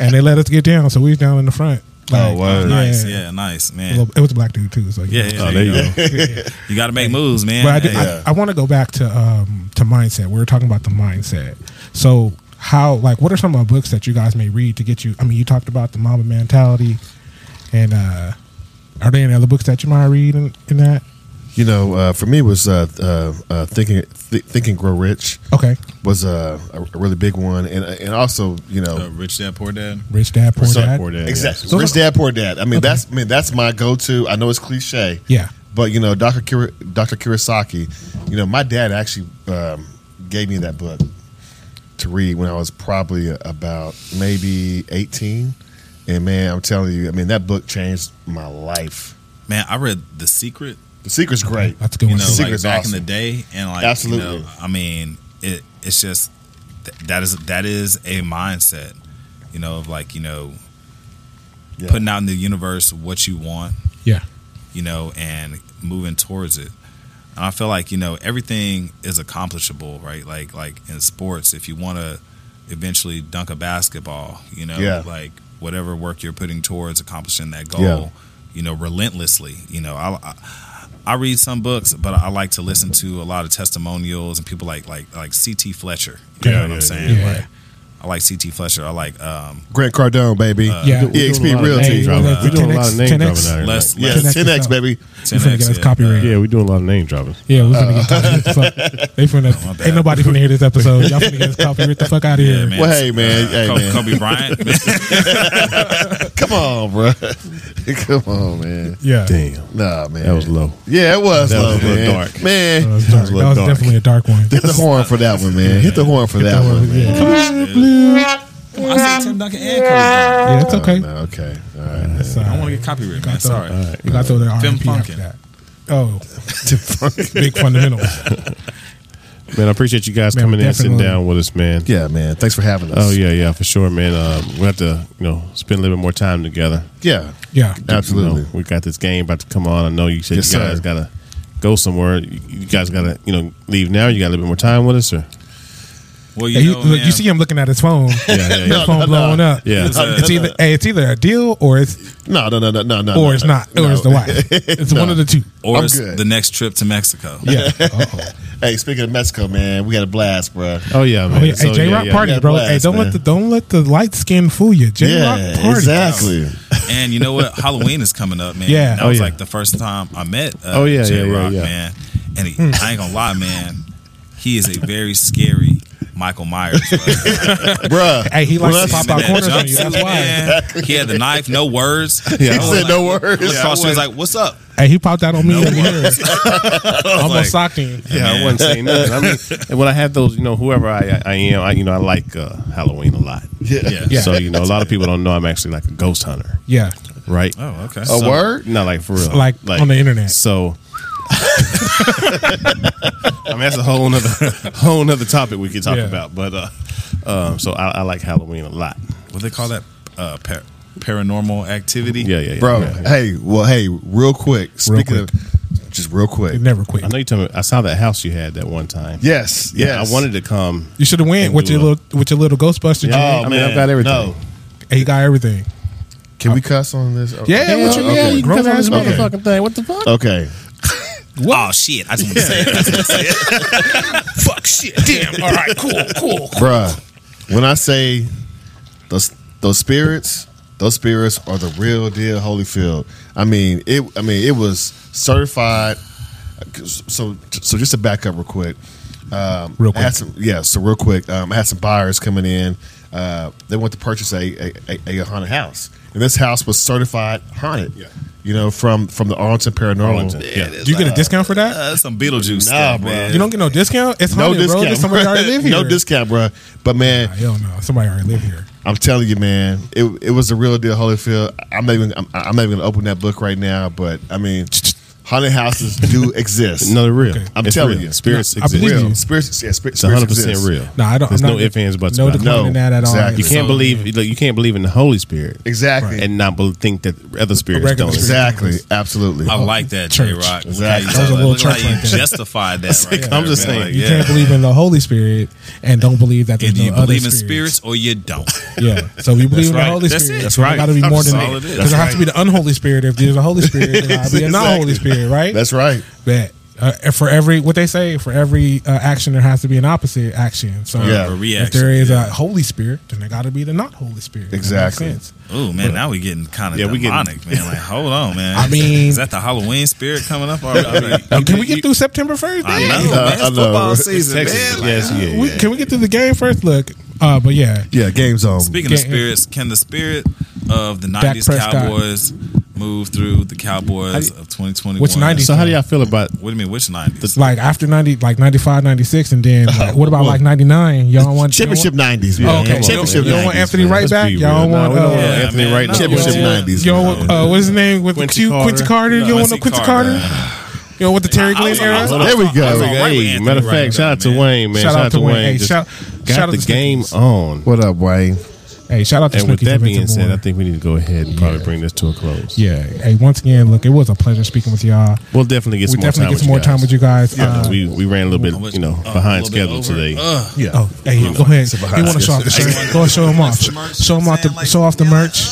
[SPEAKER 2] and they let us get down. So we was down in the front.
[SPEAKER 5] Oh, word.
[SPEAKER 4] Nice, yeah, nice
[SPEAKER 2] A
[SPEAKER 4] man.
[SPEAKER 2] little- it was a black dude too. So
[SPEAKER 4] yeah, yeah,
[SPEAKER 3] Oh, there you go.
[SPEAKER 4] You got to make moves, man.
[SPEAKER 2] But I, do,
[SPEAKER 4] Hey, uh,
[SPEAKER 5] Yeah.
[SPEAKER 2] I, I want to go back to um, to mindset. We were talking about the mindset. So how like what are some of the books that you guys may read to get you? I mean, you talked about the mama mentality. And uh, are there any other books that you might read in, in that?
[SPEAKER 5] You know, uh, for me it was uh, uh, uh, thinking, Th- think and grow rich.
[SPEAKER 2] Okay.
[SPEAKER 5] was uh, a, a really big one, and and also you know
[SPEAKER 4] Uh, rich dad, poor dad.
[SPEAKER 2] Rich Dad Poor
[SPEAKER 3] Son,
[SPEAKER 2] Dad.
[SPEAKER 3] poor dad,
[SPEAKER 5] Exactly.
[SPEAKER 2] So-
[SPEAKER 5] Rich dad, poor dad. I mean, that's I mean that's my go-to. I know it's cliche.
[SPEAKER 2] Yeah.
[SPEAKER 5] But you know, Dr. Kira, Dr. Kirasaki, you know, my dad actually um, gave me that book to read when I was probably about maybe eighteen, and man, I'm telling you, I mean, that book changed my life.
[SPEAKER 4] Man, I read The Secret.
[SPEAKER 5] The Secret's great.
[SPEAKER 2] That's a good
[SPEAKER 4] you
[SPEAKER 2] one.
[SPEAKER 4] know,
[SPEAKER 5] The
[SPEAKER 4] like
[SPEAKER 5] Secret's
[SPEAKER 4] back
[SPEAKER 5] awesome.
[SPEAKER 4] in the day, and like
[SPEAKER 5] Absolutely.
[SPEAKER 4] You know, I mean, it it's just th- that is that is a mindset, you know, of like you know,
[SPEAKER 5] Yeah.
[SPEAKER 4] putting out in the universe what you want,
[SPEAKER 2] yeah.
[SPEAKER 4] you know, and moving towards it. And I feel like you know everything is accomplishable, right? Like like in sports, if you want to eventually dunk a basketball, you know,
[SPEAKER 5] Yeah.
[SPEAKER 4] like whatever work you're putting towards accomplishing that goal,
[SPEAKER 5] Yeah.
[SPEAKER 4] you know, relentlessly. You know, I, I I read some books, but I like to listen to a lot of testimonials and people like like like C.T. Fletcher. You
[SPEAKER 3] Yeah,
[SPEAKER 4] know what
[SPEAKER 3] yeah,
[SPEAKER 4] I'm saying?
[SPEAKER 2] yeah.
[SPEAKER 4] Like, I like C.T. Fletcher. I like um,
[SPEAKER 5] Grant Cardone, baby.
[SPEAKER 2] Yeah.
[SPEAKER 3] We're doing
[SPEAKER 5] EXP
[SPEAKER 3] a lot of
[SPEAKER 5] Realty.
[SPEAKER 3] name
[SPEAKER 2] Hey,
[SPEAKER 3] dropping.
[SPEAKER 2] we're
[SPEAKER 3] We're doing a lot of
[SPEAKER 2] 10x,
[SPEAKER 3] name
[SPEAKER 2] 10x.
[SPEAKER 3] dropping out here.
[SPEAKER 4] Les
[SPEAKER 5] Yeah,
[SPEAKER 4] Les-
[SPEAKER 2] Connect
[SPEAKER 5] 10x,
[SPEAKER 2] yourself.
[SPEAKER 5] baby.
[SPEAKER 2] We finna get us
[SPEAKER 4] 10X, yeah.
[SPEAKER 2] copyright.
[SPEAKER 3] Yeah, we're doing a lot of name dropping.
[SPEAKER 2] Yeah, we're finna get copyrighted. Fuck. They
[SPEAKER 4] Oh, my
[SPEAKER 2] finna,
[SPEAKER 4] bad.
[SPEAKER 2] ain't nobody finna hear this episode. Y'all finna get us copyrighted the fuck out of
[SPEAKER 4] Yeah,
[SPEAKER 2] here.
[SPEAKER 4] man. Uh,
[SPEAKER 5] Well, hey, man. Hey,
[SPEAKER 4] Kobe,
[SPEAKER 5] man.
[SPEAKER 4] Kobe Bryant. man.
[SPEAKER 5] Come on, bro. Come on, man.
[SPEAKER 2] Yeah.
[SPEAKER 3] Damn,
[SPEAKER 5] Nah, man.
[SPEAKER 3] that was low.
[SPEAKER 5] Yeah, it was.
[SPEAKER 3] That
[SPEAKER 5] low,
[SPEAKER 3] was a little
[SPEAKER 5] man.
[SPEAKER 3] dark.
[SPEAKER 5] Man,
[SPEAKER 2] That was, dark.
[SPEAKER 3] a
[SPEAKER 2] That
[SPEAKER 3] little
[SPEAKER 2] was
[SPEAKER 3] dark.
[SPEAKER 2] definitely a dark one.
[SPEAKER 5] hit the horn for that one, man. Hit the horn for that,
[SPEAKER 2] That
[SPEAKER 5] one,
[SPEAKER 2] was-
[SPEAKER 5] man.
[SPEAKER 2] yeah.
[SPEAKER 4] Come on, I said Tim Duncan and Kobe Bryant.
[SPEAKER 2] yeah, it's okay.
[SPEAKER 5] No, okay. All right.
[SPEAKER 2] It's uh, all
[SPEAKER 4] I don't
[SPEAKER 2] right.
[SPEAKER 4] want to get copyrighted, man.
[SPEAKER 2] That's all
[SPEAKER 4] Sorry.
[SPEAKER 2] You got to throw that
[SPEAKER 4] Tim
[SPEAKER 2] R&B after
[SPEAKER 4] Funkin'.
[SPEAKER 2] that. Oh, big fundamentals.
[SPEAKER 3] Man, I appreciate you guys
[SPEAKER 2] Man,
[SPEAKER 3] coming in and sitting
[SPEAKER 2] definitely.
[SPEAKER 3] down with us, man.
[SPEAKER 5] Yeah, man. Thanks for having us.
[SPEAKER 3] Oh yeah, yeah, for sure, man. Um, we have to, you know, spend a little bit more time together.
[SPEAKER 5] Yeah.
[SPEAKER 2] Yeah,
[SPEAKER 5] Absolutely.
[SPEAKER 3] You know, we got this game about to come on. I know you said
[SPEAKER 5] Yes,
[SPEAKER 3] you
[SPEAKER 5] sir.
[SPEAKER 3] guys got to go somewhere. You, you guys got to, you know, leave now. You got a little bit more time with us, or
[SPEAKER 4] Well,
[SPEAKER 2] Hey,
[SPEAKER 4] you,
[SPEAKER 2] you,
[SPEAKER 4] know,
[SPEAKER 2] look,
[SPEAKER 4] man,
[SPEAKER 2] you see him looking at his phone.
[SPEAKER 3] yeah,
[SPEAKER 2] his
[SPEAKER 3] yeah.
[SPEAKER 2] phone blowing up.
[SPEAKER 3] Yeah.
[SPEAKER 2] it's,
[SPEAKER 3] No,
[SPEAKER 5] no,
[SPEAKER 2] either
[SPEAKER 5] no.
[SPEAKER 2] hey, it's either a deal or it's
[SPEAKER 5] No, no, no, no, no, no.
[SPEAKER 2] or it's not or
[SPEAKER 5] no.
[SPEAKER 2] it's the wife. It's
[SPEAKER 5] No.
[SPEAKER 2] one of the two.
[SPEAKER 4] or
[SPEAKER 5] I'm
[SPEAKER 4] it's
[SPEAKER 5] good.
[SPEAKER 4] the next trip to Mexico.
[SPEAKER 2] Yeah. Uh-oh.
[SPEAKER 5] Hey, speaking of Mexico, man, we had a blast, bro.
[SPEAKER 3] Oh yeah, man.
[SPEAKER 2] Oh, yeah.
[SPEAKER 3] So,
[SPEAKER 2] hey, J Rock
[SPEAKER 3] yeah,
[SPEAKER 2] party,
[SPEAKER 5] Yeah,
[SPEAKER 2] bro.
[SPEAKER 5] blast,
[SPEAKER 2] hey, don't
[SPEAKER 5] man.
[SPEAKER 2] let the don't let the light skin fool you. J Rock
[SPEAKER 5] Yeah,
[SPEAKER 2] party.
[SPEAKER 5] exactly.
[SPEAKER 4] And you know what? Halloween is coming up, man.
[SPEAKER 2] Yeah.
[SPEAKER 4] That
[SPEAKER 2] Oh,
[SPEAKER 4] was
[SPEAKER 3] yeah.
[SPEAKER 4] like the first time I met uh,
[SPEAKER 3] Oh, yeah,
[SPEAKER 4] J
[SPEAKER 3] yeah, yeah,
[SPEAKER 4] Rock,
[SPEAKER 3] yeah.
[SPEAKER 4] man. And he, I ain't going to lie, man. He is a very scary Michael Myers. bro.
[SPEAKER 5] Bruh.
[SPEAKER 2] Hey, he likes
[SPEAKER 5] Well,
[SPEAKER 2] to pop
[SPEAKER 4] Him in
[SPEAKER 2] out
[SPEAKER 4] that
[SPEAKER 2] corners on you. That's
[SPEAKER 4] jumpsuit,
[SPEAKER 2] why.
[SPEAKER 4] man. He had the knife, no words.
[SPEAKER 5] He said no words.
[SPEAKER 4] Yeah, she was like, what's up?
[SPEAKER 2] Hey, he popped out on me in the mirror. Almost
[SPEAKER 4] like-
[SPEAKER 2] socked him.
[SPEAKER 3] Yeah, I wasn't saying nothing. I mean, and when I have those, you know, whoever I, I am, I, you know, I like uh, Halloween a lot.
[SPEAKER 4] Yeah.
[SPEAKER 2] Yeah.
[SPEAKER 3] So you know, a lot of people don't know I'm actually like a ghost hunter,
[SPEAKER 2] Yeah.
[SPEAKER 3] right?
[SPEAKER 4] Oh, okay.
[SPEAKER 5] A word?
[SPEAKER 3] Not like for real,
[SPEAKER 2] Like, on the internet.
[SPEAKER 3] So, I mean, that's a whole nother whole nother topic we could talk
[SPEAKER 2] Yeah.
[SPEAKER 3] about. But uh, um, so I, I like Halloween a lot.
[SPEAKER 4] what they call that? Uh, par- paranormal activity?
[SPEAKER 3] Yeah, yeah, yeah.
[SPEAKER 5] Bro,
[SPEAKER 3] Yeah.
[SPEAKER 5] hey, well, hey, real quick. Speaking
[SPEAKER 2] quick.
[SPEAKER 5] of, just real quick.
[SPEAKER 2] It never
[SPEAKER 3] I
[SPEAKER 2] quit.
[SPEAKER 3] know you told me. I saw that house you had that one time.
[SPEAKER 5] Yes,
[SPEAKER 3] yeah.
[SPEAKER 5] yes.
[SPEAKER 3] I wanted to come.
[SPEAKER 2] You should have went
[SPEAKER 3] And
[SPEAKER 2] with
[SPEAKER 3] do
[SPEAKER 2] your
[SPEAKER 3] a-
[SPEAKER 2] little with your little Ghostbuster.
[SPEAKER 3] Yeah,
[SPEAKER 2] Yeah.
[SPEAKER 3] I mean, I've got everything.
[SPEAKER 5] Oh, No.
[SPEAKER 2] He got everything.
[SPEAKER 5] Can we cuss on this?
[SPEAKER 2] Yeah, what you mean?
[SPEAKER 5] okay.
[SPEAKER 2] You can cuss on this
[SPEAKER 5] Okay.
[SPEAKER 2] motherfucking
[SPEAKER 3] thing. What the fuck?
[SPEAKER 5] Okay.
[SPEAKER 4] Oh shit! I just want to say it. I just want to say it. Fuck shit! Damn! All right, cool, cool.
[SPEAKER 5] Bruh, when I say those those spirits, those spirits are the real deal, Holyfield. I mean, it. I mean, it was certified. So, so just to back up real quick. Um,
[SPEAKER 2] Real
[SPEAKER 5] I had
[SPEAKER 2] quick.
[SPEAKER 5] some- yeah. So real quick, um, I had some buyers coming in. Uh, they want to purchase a a, a a haunted house, and this house was certified haunted.
[SPEAKER 3] Yeah.
[SPEAKER 5] You know, from from the Arlington Paranormal.
[SPEAKER 3] Arlington, yeah.
[SPEAKER 2] Do you get a discount for that?
[SPEAKER 4] Uh, that's some Beetlejuice
[SPEAKER 5] Nah,
[SPEAKER 4] stuff,
[SPEAKER 5] bruh.
[SPEAKER 4] man.
[SPEAKER 2] You don't get no discount. It's
[SPEAKER 5] No
[SPEAKER 2] haunted,
[SPEAKER 5] discount.
[SPEAKER 2] bro. Just somebody
[SPEAKER 5] bruh.
[SPEAKER 2] already live here.
[SPEAKER 5] No discount, bro. But man,
[SPEAKER 2] Hell no. Somebody already live here.
[SPEAKER 5] I'm telling you, man, it, it was the real deal, Holyfield. I'm not even I'm, I'm not even gonna open that book right now, but I mean, haunted houses do exist.
[SPEAKER 3] No, they're real.
[SPEAKER 2] Okay.
[SPEAKER 5] I'm
[SPEAKER 3] It's
[SPEAKER 5] telling
[SPEAKER 3] real.
[SPEAKER 5] you.
[SPEAKER 3] spirits
[SPEAKER 2] I
[SPEAKER 3] exist.
[SPEAKER 2] believe you.
[SPEAKER 5] real spirits, yeah, spir-
[SPEAKER 3] It's
[SPEAKER 5] spirits
[SPEAKER 3] 100 percent
[SPEAKER 5] exist.
[SPEAKER 3] real.
[SPEAKER 2] No, I don't.
[SPEAKER 3] There's
[SPEAKER 2] I'm
[SPEAKER 3] no
[SPEAKER 2] not-
[SPEAKER 3] ifs ands buts
[SPEAKER 2] No
[SPEAKER 3] about it.
[SPEAKER 2] declining
[SPEAKER 5] No,
[SPEAKER 2] that at all.
[SPEAKER 5] exactly.
[SPEAKER 3] You can't
[SPEAKER 4] So-
[SPEAKER 3] believe like, you can't believe in the Holy Spirit
[SPEAKER 5] Exactly,
[SPEAKER 3] and not be- think that other spirits
[SPEAKER 2] regular
[SPEAKER 3] don't. exist.
[SPEAKER 2] spirit.
[SPEAKER 5] exactly, absolutely.
[SPEAKER 4] I like that, J
[SPEAKER 2] Church.
[SPEAKER 4] Rock.
[SPEAKER 5] Exactly.
[SPEAKER 4] Look
[SPEAKER 5] That
[SPEAKER 4] how
[SPEAKER 5] was
[SPEAKER 2] a
[SPEAKER 4] you,
[SPEAKER 2] little
[SPEAKER 4] look how
[SPEAKER 2] church
[SPEAKER 4] you
[SPEAKER 2] right there.
[SPEAKER 4] justified that. Right
[SPEAKER 3] I'm
[SPEAKER 4] there,
[SPEAKER 3] just
[SPEAKER 4] man.
[SPEAKER 3] saying.
[SPEAKER 4] Like,
[SPEAKER 2] You
[SPEAKER 4] yeah.
[SPEAKER 2] can't believe in the Holy Spirit and don't believe that there's
[SPEAKER 4] Either you
[SPEAKER 2] no other
[SPEAKER 4] believe in spirits or you don't.
[SPEAKER 2] Yeah. So we believe in
[SPEAKER 4] right.
[SPEAKER 2] the Holy
[SPEAKER 4] That's
[SPEAKER 2] Spirit.
[SPEAKER 4] it. That's
[SPEAKER 2] So there
[SPEAKER 4] right.
[SPEAKER 2] Got to be
[SPEAKER 4] That's
[SPEAKER 2] more than
[SPEAKER 4] all
[SPEAKER 2] that.
[SPEAKER 4] it is.
[SPEAKER 2] Because there has to be the unholy spirit. If there's a Holy Spirit, there got to be a
[SPEAKER 5] Exactly.
[SPEAKER 2] non-holy spirit, right?
[SPEAKER 5] That's right.
[SPEAKER 2] bet. uh, if for every what they say for every uh, action there has to be an opposite action. So
[SPEAKER 5] Yeah.
[SPEAKER 4] Or
[SPEAKER 2] if
[SPEAKER 4] reaction.
[SPEAKER 2] there is
[SPEAKER 4] yeah.
[SPEAKER 2] a Holy Spirit, then there got to be the not Holy Spirit. That makes
[SPEAKER 5] Exactly.
[SPEAKER 2] sense.
[SPEAKER 4] Ooh man, now we getting kind of
[SPEAKER 3] Yeah, we getting-
[SPEAKER 4] demonic, man. Like, hold on, man.
[SPEAKER 2] I mean-
[SPEAKER 4] is that the Halloween spirit coming up already? I, mean,
[SPEAKER 2] Now, can we get through September first?
[SPEAKER 4] I
[SPEAKER 2] Damn.
[SPEAKER 4] know, man. It's
[SPEAKER 5] I know.
[SPEAKER 4] football
[SPEAKER 5] It's
[SPEAKER 4] season,
[SPEAKER 3] Texas.
[SPEAKER 4] man. Like,
[SPEAKER 3] yes, yeah,
[SPEAKER 2] We-
[SPEAKER 3] yeah.
[SPEAKER 2] Can we get through the game first? Look, uh, but yeah,
[SPEAKER 5] Yeah, game zone.
[SPEAKER 4] Speaking of
[SPEAKER 2] Can't-
[SPEAKER 4] spirits, can the spirit of the
[SPEAKER 2] Dak
[SPEAKER 4] '90s
[SPEAKER 2] Prescott.
[SPEAKER 4] Cowboys move through the Cowboys of 2021?
[SPEAKER 2] Which 90s?
[SPEAKER 3] So how do y'all feel about
[SPEAKER 4] What do you mean? Which '90s?
[SPEAKER 2] it's like after ninety, like 95, 96, and then like, what about like ninety nine? Y'all don't want
[SPEAKER 5] championship
[SPEAKER 2] Y'all
[SPEAKER 5] nineties.
[SPEAKER 2] don't want, oh, okay.
[SPEAKER 5] championship.
[SPEAKER 2] you don't want
[SPEAKER 3] 90s,
[SPEAKER 2] Anthony
[SPEAKER 3] man.
[SPEAKER 2] Wright
[SPEAKER 3] Let's
[SPEAKER 2] back.
[SPEAKER 3] be
[SPEAKER 2] Y'all
[SPEAKER 3] real.
[SPEAKER 2] don't
[SPEAKER 3] Nah,
[SPEAKER 2] want
[SPEAKER 3] we don't
[SPEAKER 2] uh,
[SPEAKER 3] want Anthony
[SPEAKER 4] man,
[SPEAKER 3] Wright
[SPEAKER 4] no.
[SPEAKER 3] now.
[SPEAKER 5] Championship
[SPEAKER 4] Yeah.
[SPEAKER 5] nineties.
[SPEAKER 2] Yo, uh, what is his name with
[SPEAKER 3] Quincy
[SPEAKER 2] the Q?
[SPEAKER 3] Carter.
[SPEAKER 2] Quincy Carter. You don't want
[SPEAKER 4] Quincy
[SPEAKER 2] no Quincy
[SPEAKER 4] Carter.
[SPEAKER 2] Carter. You don't want the Terry Glenn era.
[SPEAKER 5] on. There we go.
[SPEAKER 4] I was all right with
[SPEAKER 3] Hey,
[SPEAKER 4] Anthony
[SPEAKER 3] matter of
[SPEAKER 4] Wright,
[SPEAKER 3] fact, shout out to
[SPEAKER 4] man.
[SPEAKER 3] Wayne, man. Shout, out to Wayne.
[SPEAKER 2] Hey,
[SPEAKER 3] Just
[SPEAKER 2] shout-
[SPEAKER 3] got
[SPEAKER 2] shout out
[SPEAKER 3] the
[SPEAKER 2] to
[SPEAKER 3] game
[SPEAKER 2] Snickers.
[SPEAKER 3] on.
[SPEAKER 5] What up, Wayne?
[SPEAKER 2] Hey, shout out to
[SPEAKER 3] And with
[SPEAKER 2] Snooki
[SPEAKER 3] that
[SPEAKER 2] for
[SPEAKER 3] being
[SPEAKER 2] Vince
[SPEAKER 3] said,
[SPEAKER 2] Moore.
[SPEAKER 3] I think we need to go ahead and probably bring this to a close.
[SPEAKER 2] yeah. Hey, once again, look, it was a pleasure speaking with y'all.
[SPEAKER 3] We'll definitely get
[SPEAKER 2] We
[SPEAKER 3] some more
[SPEAKER 2] definitely
[SPEAKER 3] time
[SPEAKER 2] get
[SPEAKER 3] with
[SPEAKER 2] some more
[SPEAKER 3] you
[SPEAKER 2] time
[SPEAKER 3] guys.
[SPEAKER 2] with you guys.
[SPEAKER 3] Yeah,
[SPEAKER 2] Uh,
[SPEAKER 3] we, we ran a little
[SPEAKER 4] How
[SPEAKER 3] bit,
[SPEAKER 4] much-
[SPEAKER 3] you know,
[SPEAKER 4] uh, a
[SPEAKER 3] behind
[SPEAKER 4] little bit
[SPEAKER 3] schedule
[SPEAKER 4] over. Uh,
[SPEAKER 3] today.
[SPEAKER 4] Ugh.
[SPEAKER 5] Yeah.
[SPEAKER 2] Oh, hey, go ahead. They want to show off the shirt. Go show them off. Show them off the show off the merch.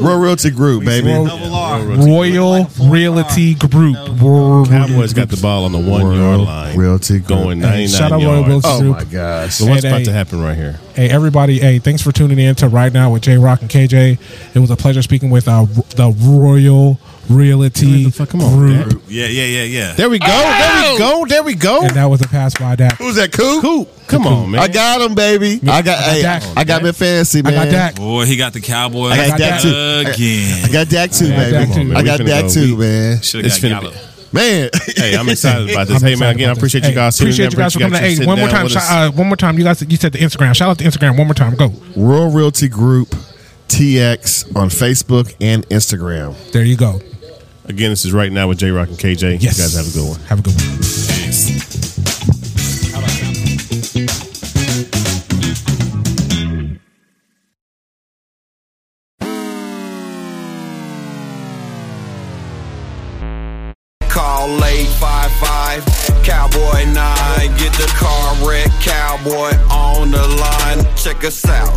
[SPEAKER 5] Royal Realty Group, baby.
[SPEAKER 2] Royal-
[SPEAKER 6] Double R.
[SPEAKER 2] Royal Realty Group. Royal
[SPEAKER 3] Cowboys got the ball on the one yard line.
[SPEAKER 5] Realty Group.
[SPEAKER 3] going 99
[SPEAKER 2] shout out Royal
[SPEAKER 3] yards.
[SPEAKER 2] Wilson
[SPEAKER 5] Oh
[SPEAKER 2] Group.
[SPEAKER 5] my gosh.
[SPEAKER 3] So what's
[SPEAKER 2] Hey,
[SPEAKER 3] about
[SPEAKER 2] they-
[SPEAKER 3] to happen right here?
[SPEAKER 2] Hey, everybody. Hey, thanks for tuning in to Right Now with J Rock and KJ. It was a pleasure speaking with uh, the Royal Realty
[SPEAKER 3] the fuck- come on,
[SPEAKER 2] Group.
[SPEAKER 4] Yeah, yeah, yeah, yeah.
[SPEAKER 3] There we go. There we go. There we go.
[SPEAKER 2] And that was a pass by Dak.
[SPEAKER 5] Who's that? Coop.
[SPEAKER 3] Coop, come on, man.
[SPEAKER 5] I got him, baby. I got.
[SPEAKER 2] I
[SPEAKER 5] I
[SPEAKER 2] got
[SPEAKER 5] got,
[SPEAKER 2] Dak.
[SPEAKER 5] I got me fancy,
[SPEAKER 2] I
[SPEAKER 5] man.
[SPEAKER 2] got Dak.
[SPEAKER 4] Boy, he got the Cowboys
[SPEAKER 5] I got
[SPEAKER 2] Dak
[SPEAKER 5] too.
[SPEAKER 4] again.
[SPEAKER 5] I got Dak too,
[SPEAKER 2] I got
[SPEAKER 5] baby.
[SPEAKER 2] Dak, too.
[SPEAKER 5] I got
[SPEAKER 3] We finna
[SPEAKER 5] Dak
[SPEAKER 3] go.
[SPEAKER 5] too, man.
[SPEAKER 4] Should
[SPEAKER 3] It's
[SPEAKER 4] have got
[SPEAKER 3] finna
[SPEAKER 4] Gallup.
[SPEAKER 3] be-
[SPEAKER 5] Man.
[SPEAKER 3] hey, I'm excited about this.
[SPEAKER 2] I'm
[SPEAKER 3] hey, man,
[SPEAKER 2] excited
[SPEAKER 3] again, I
[SPEAKER 2] about this.
[SPEAKER 3] appreciate
[SPEAKER 2] Hey,
[SPEAKER 3] you guys. tuning
[SPEAKER 2] Appreciate
[SPEAKER 3] in.
[SPEAKER 2] you guys for
[SPEAKER 3] Appreciate
[SPEAKER 2] coming.
[SPEAKER 3] you
[SPEAKER 2] Hey,
[SPEAKER 3] sitting
[SPEAKER 2] one more
[SPEAKER 3] down
[SPEAKER 2] time.
[SPEAKER 3] with us.
[SPEAKER 2] shout- Uh, one more time. You guys, you said the Instagram. Shout out to Instagram. One more time. Go.
[SPEAKER 5] Royal Realty Group TX on Facebook and Instagram.
[SPEAKER 2] There you go.
[SPEAKER 3] Again, this is right now with J Rock and KJ.
[SPEAKER 2] Yes.
[SPEAKER 3] You guys have a good one.
[SPEAKER 2] Have a good one.
[SPEAKER 4] Peace.
[SPEAKER 6] Call 855 Cowboy 9. Get the car wreck cowboy on the line. Check us out.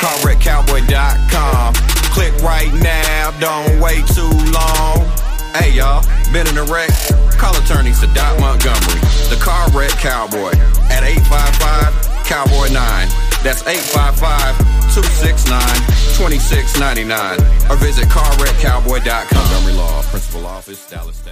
[SPEAKER 6] CarWreckCowboy.com. Click right now. Don't wait too long. Hey y'all, been in a wreck? Call attorney Sadat Montgomery, the car wreck cowboy, at 855 Cowboy 9. That's 855 269 2699. Or visit carwreckcowboy.com. Montgomery Law, Principal Office, Dallas. Texas.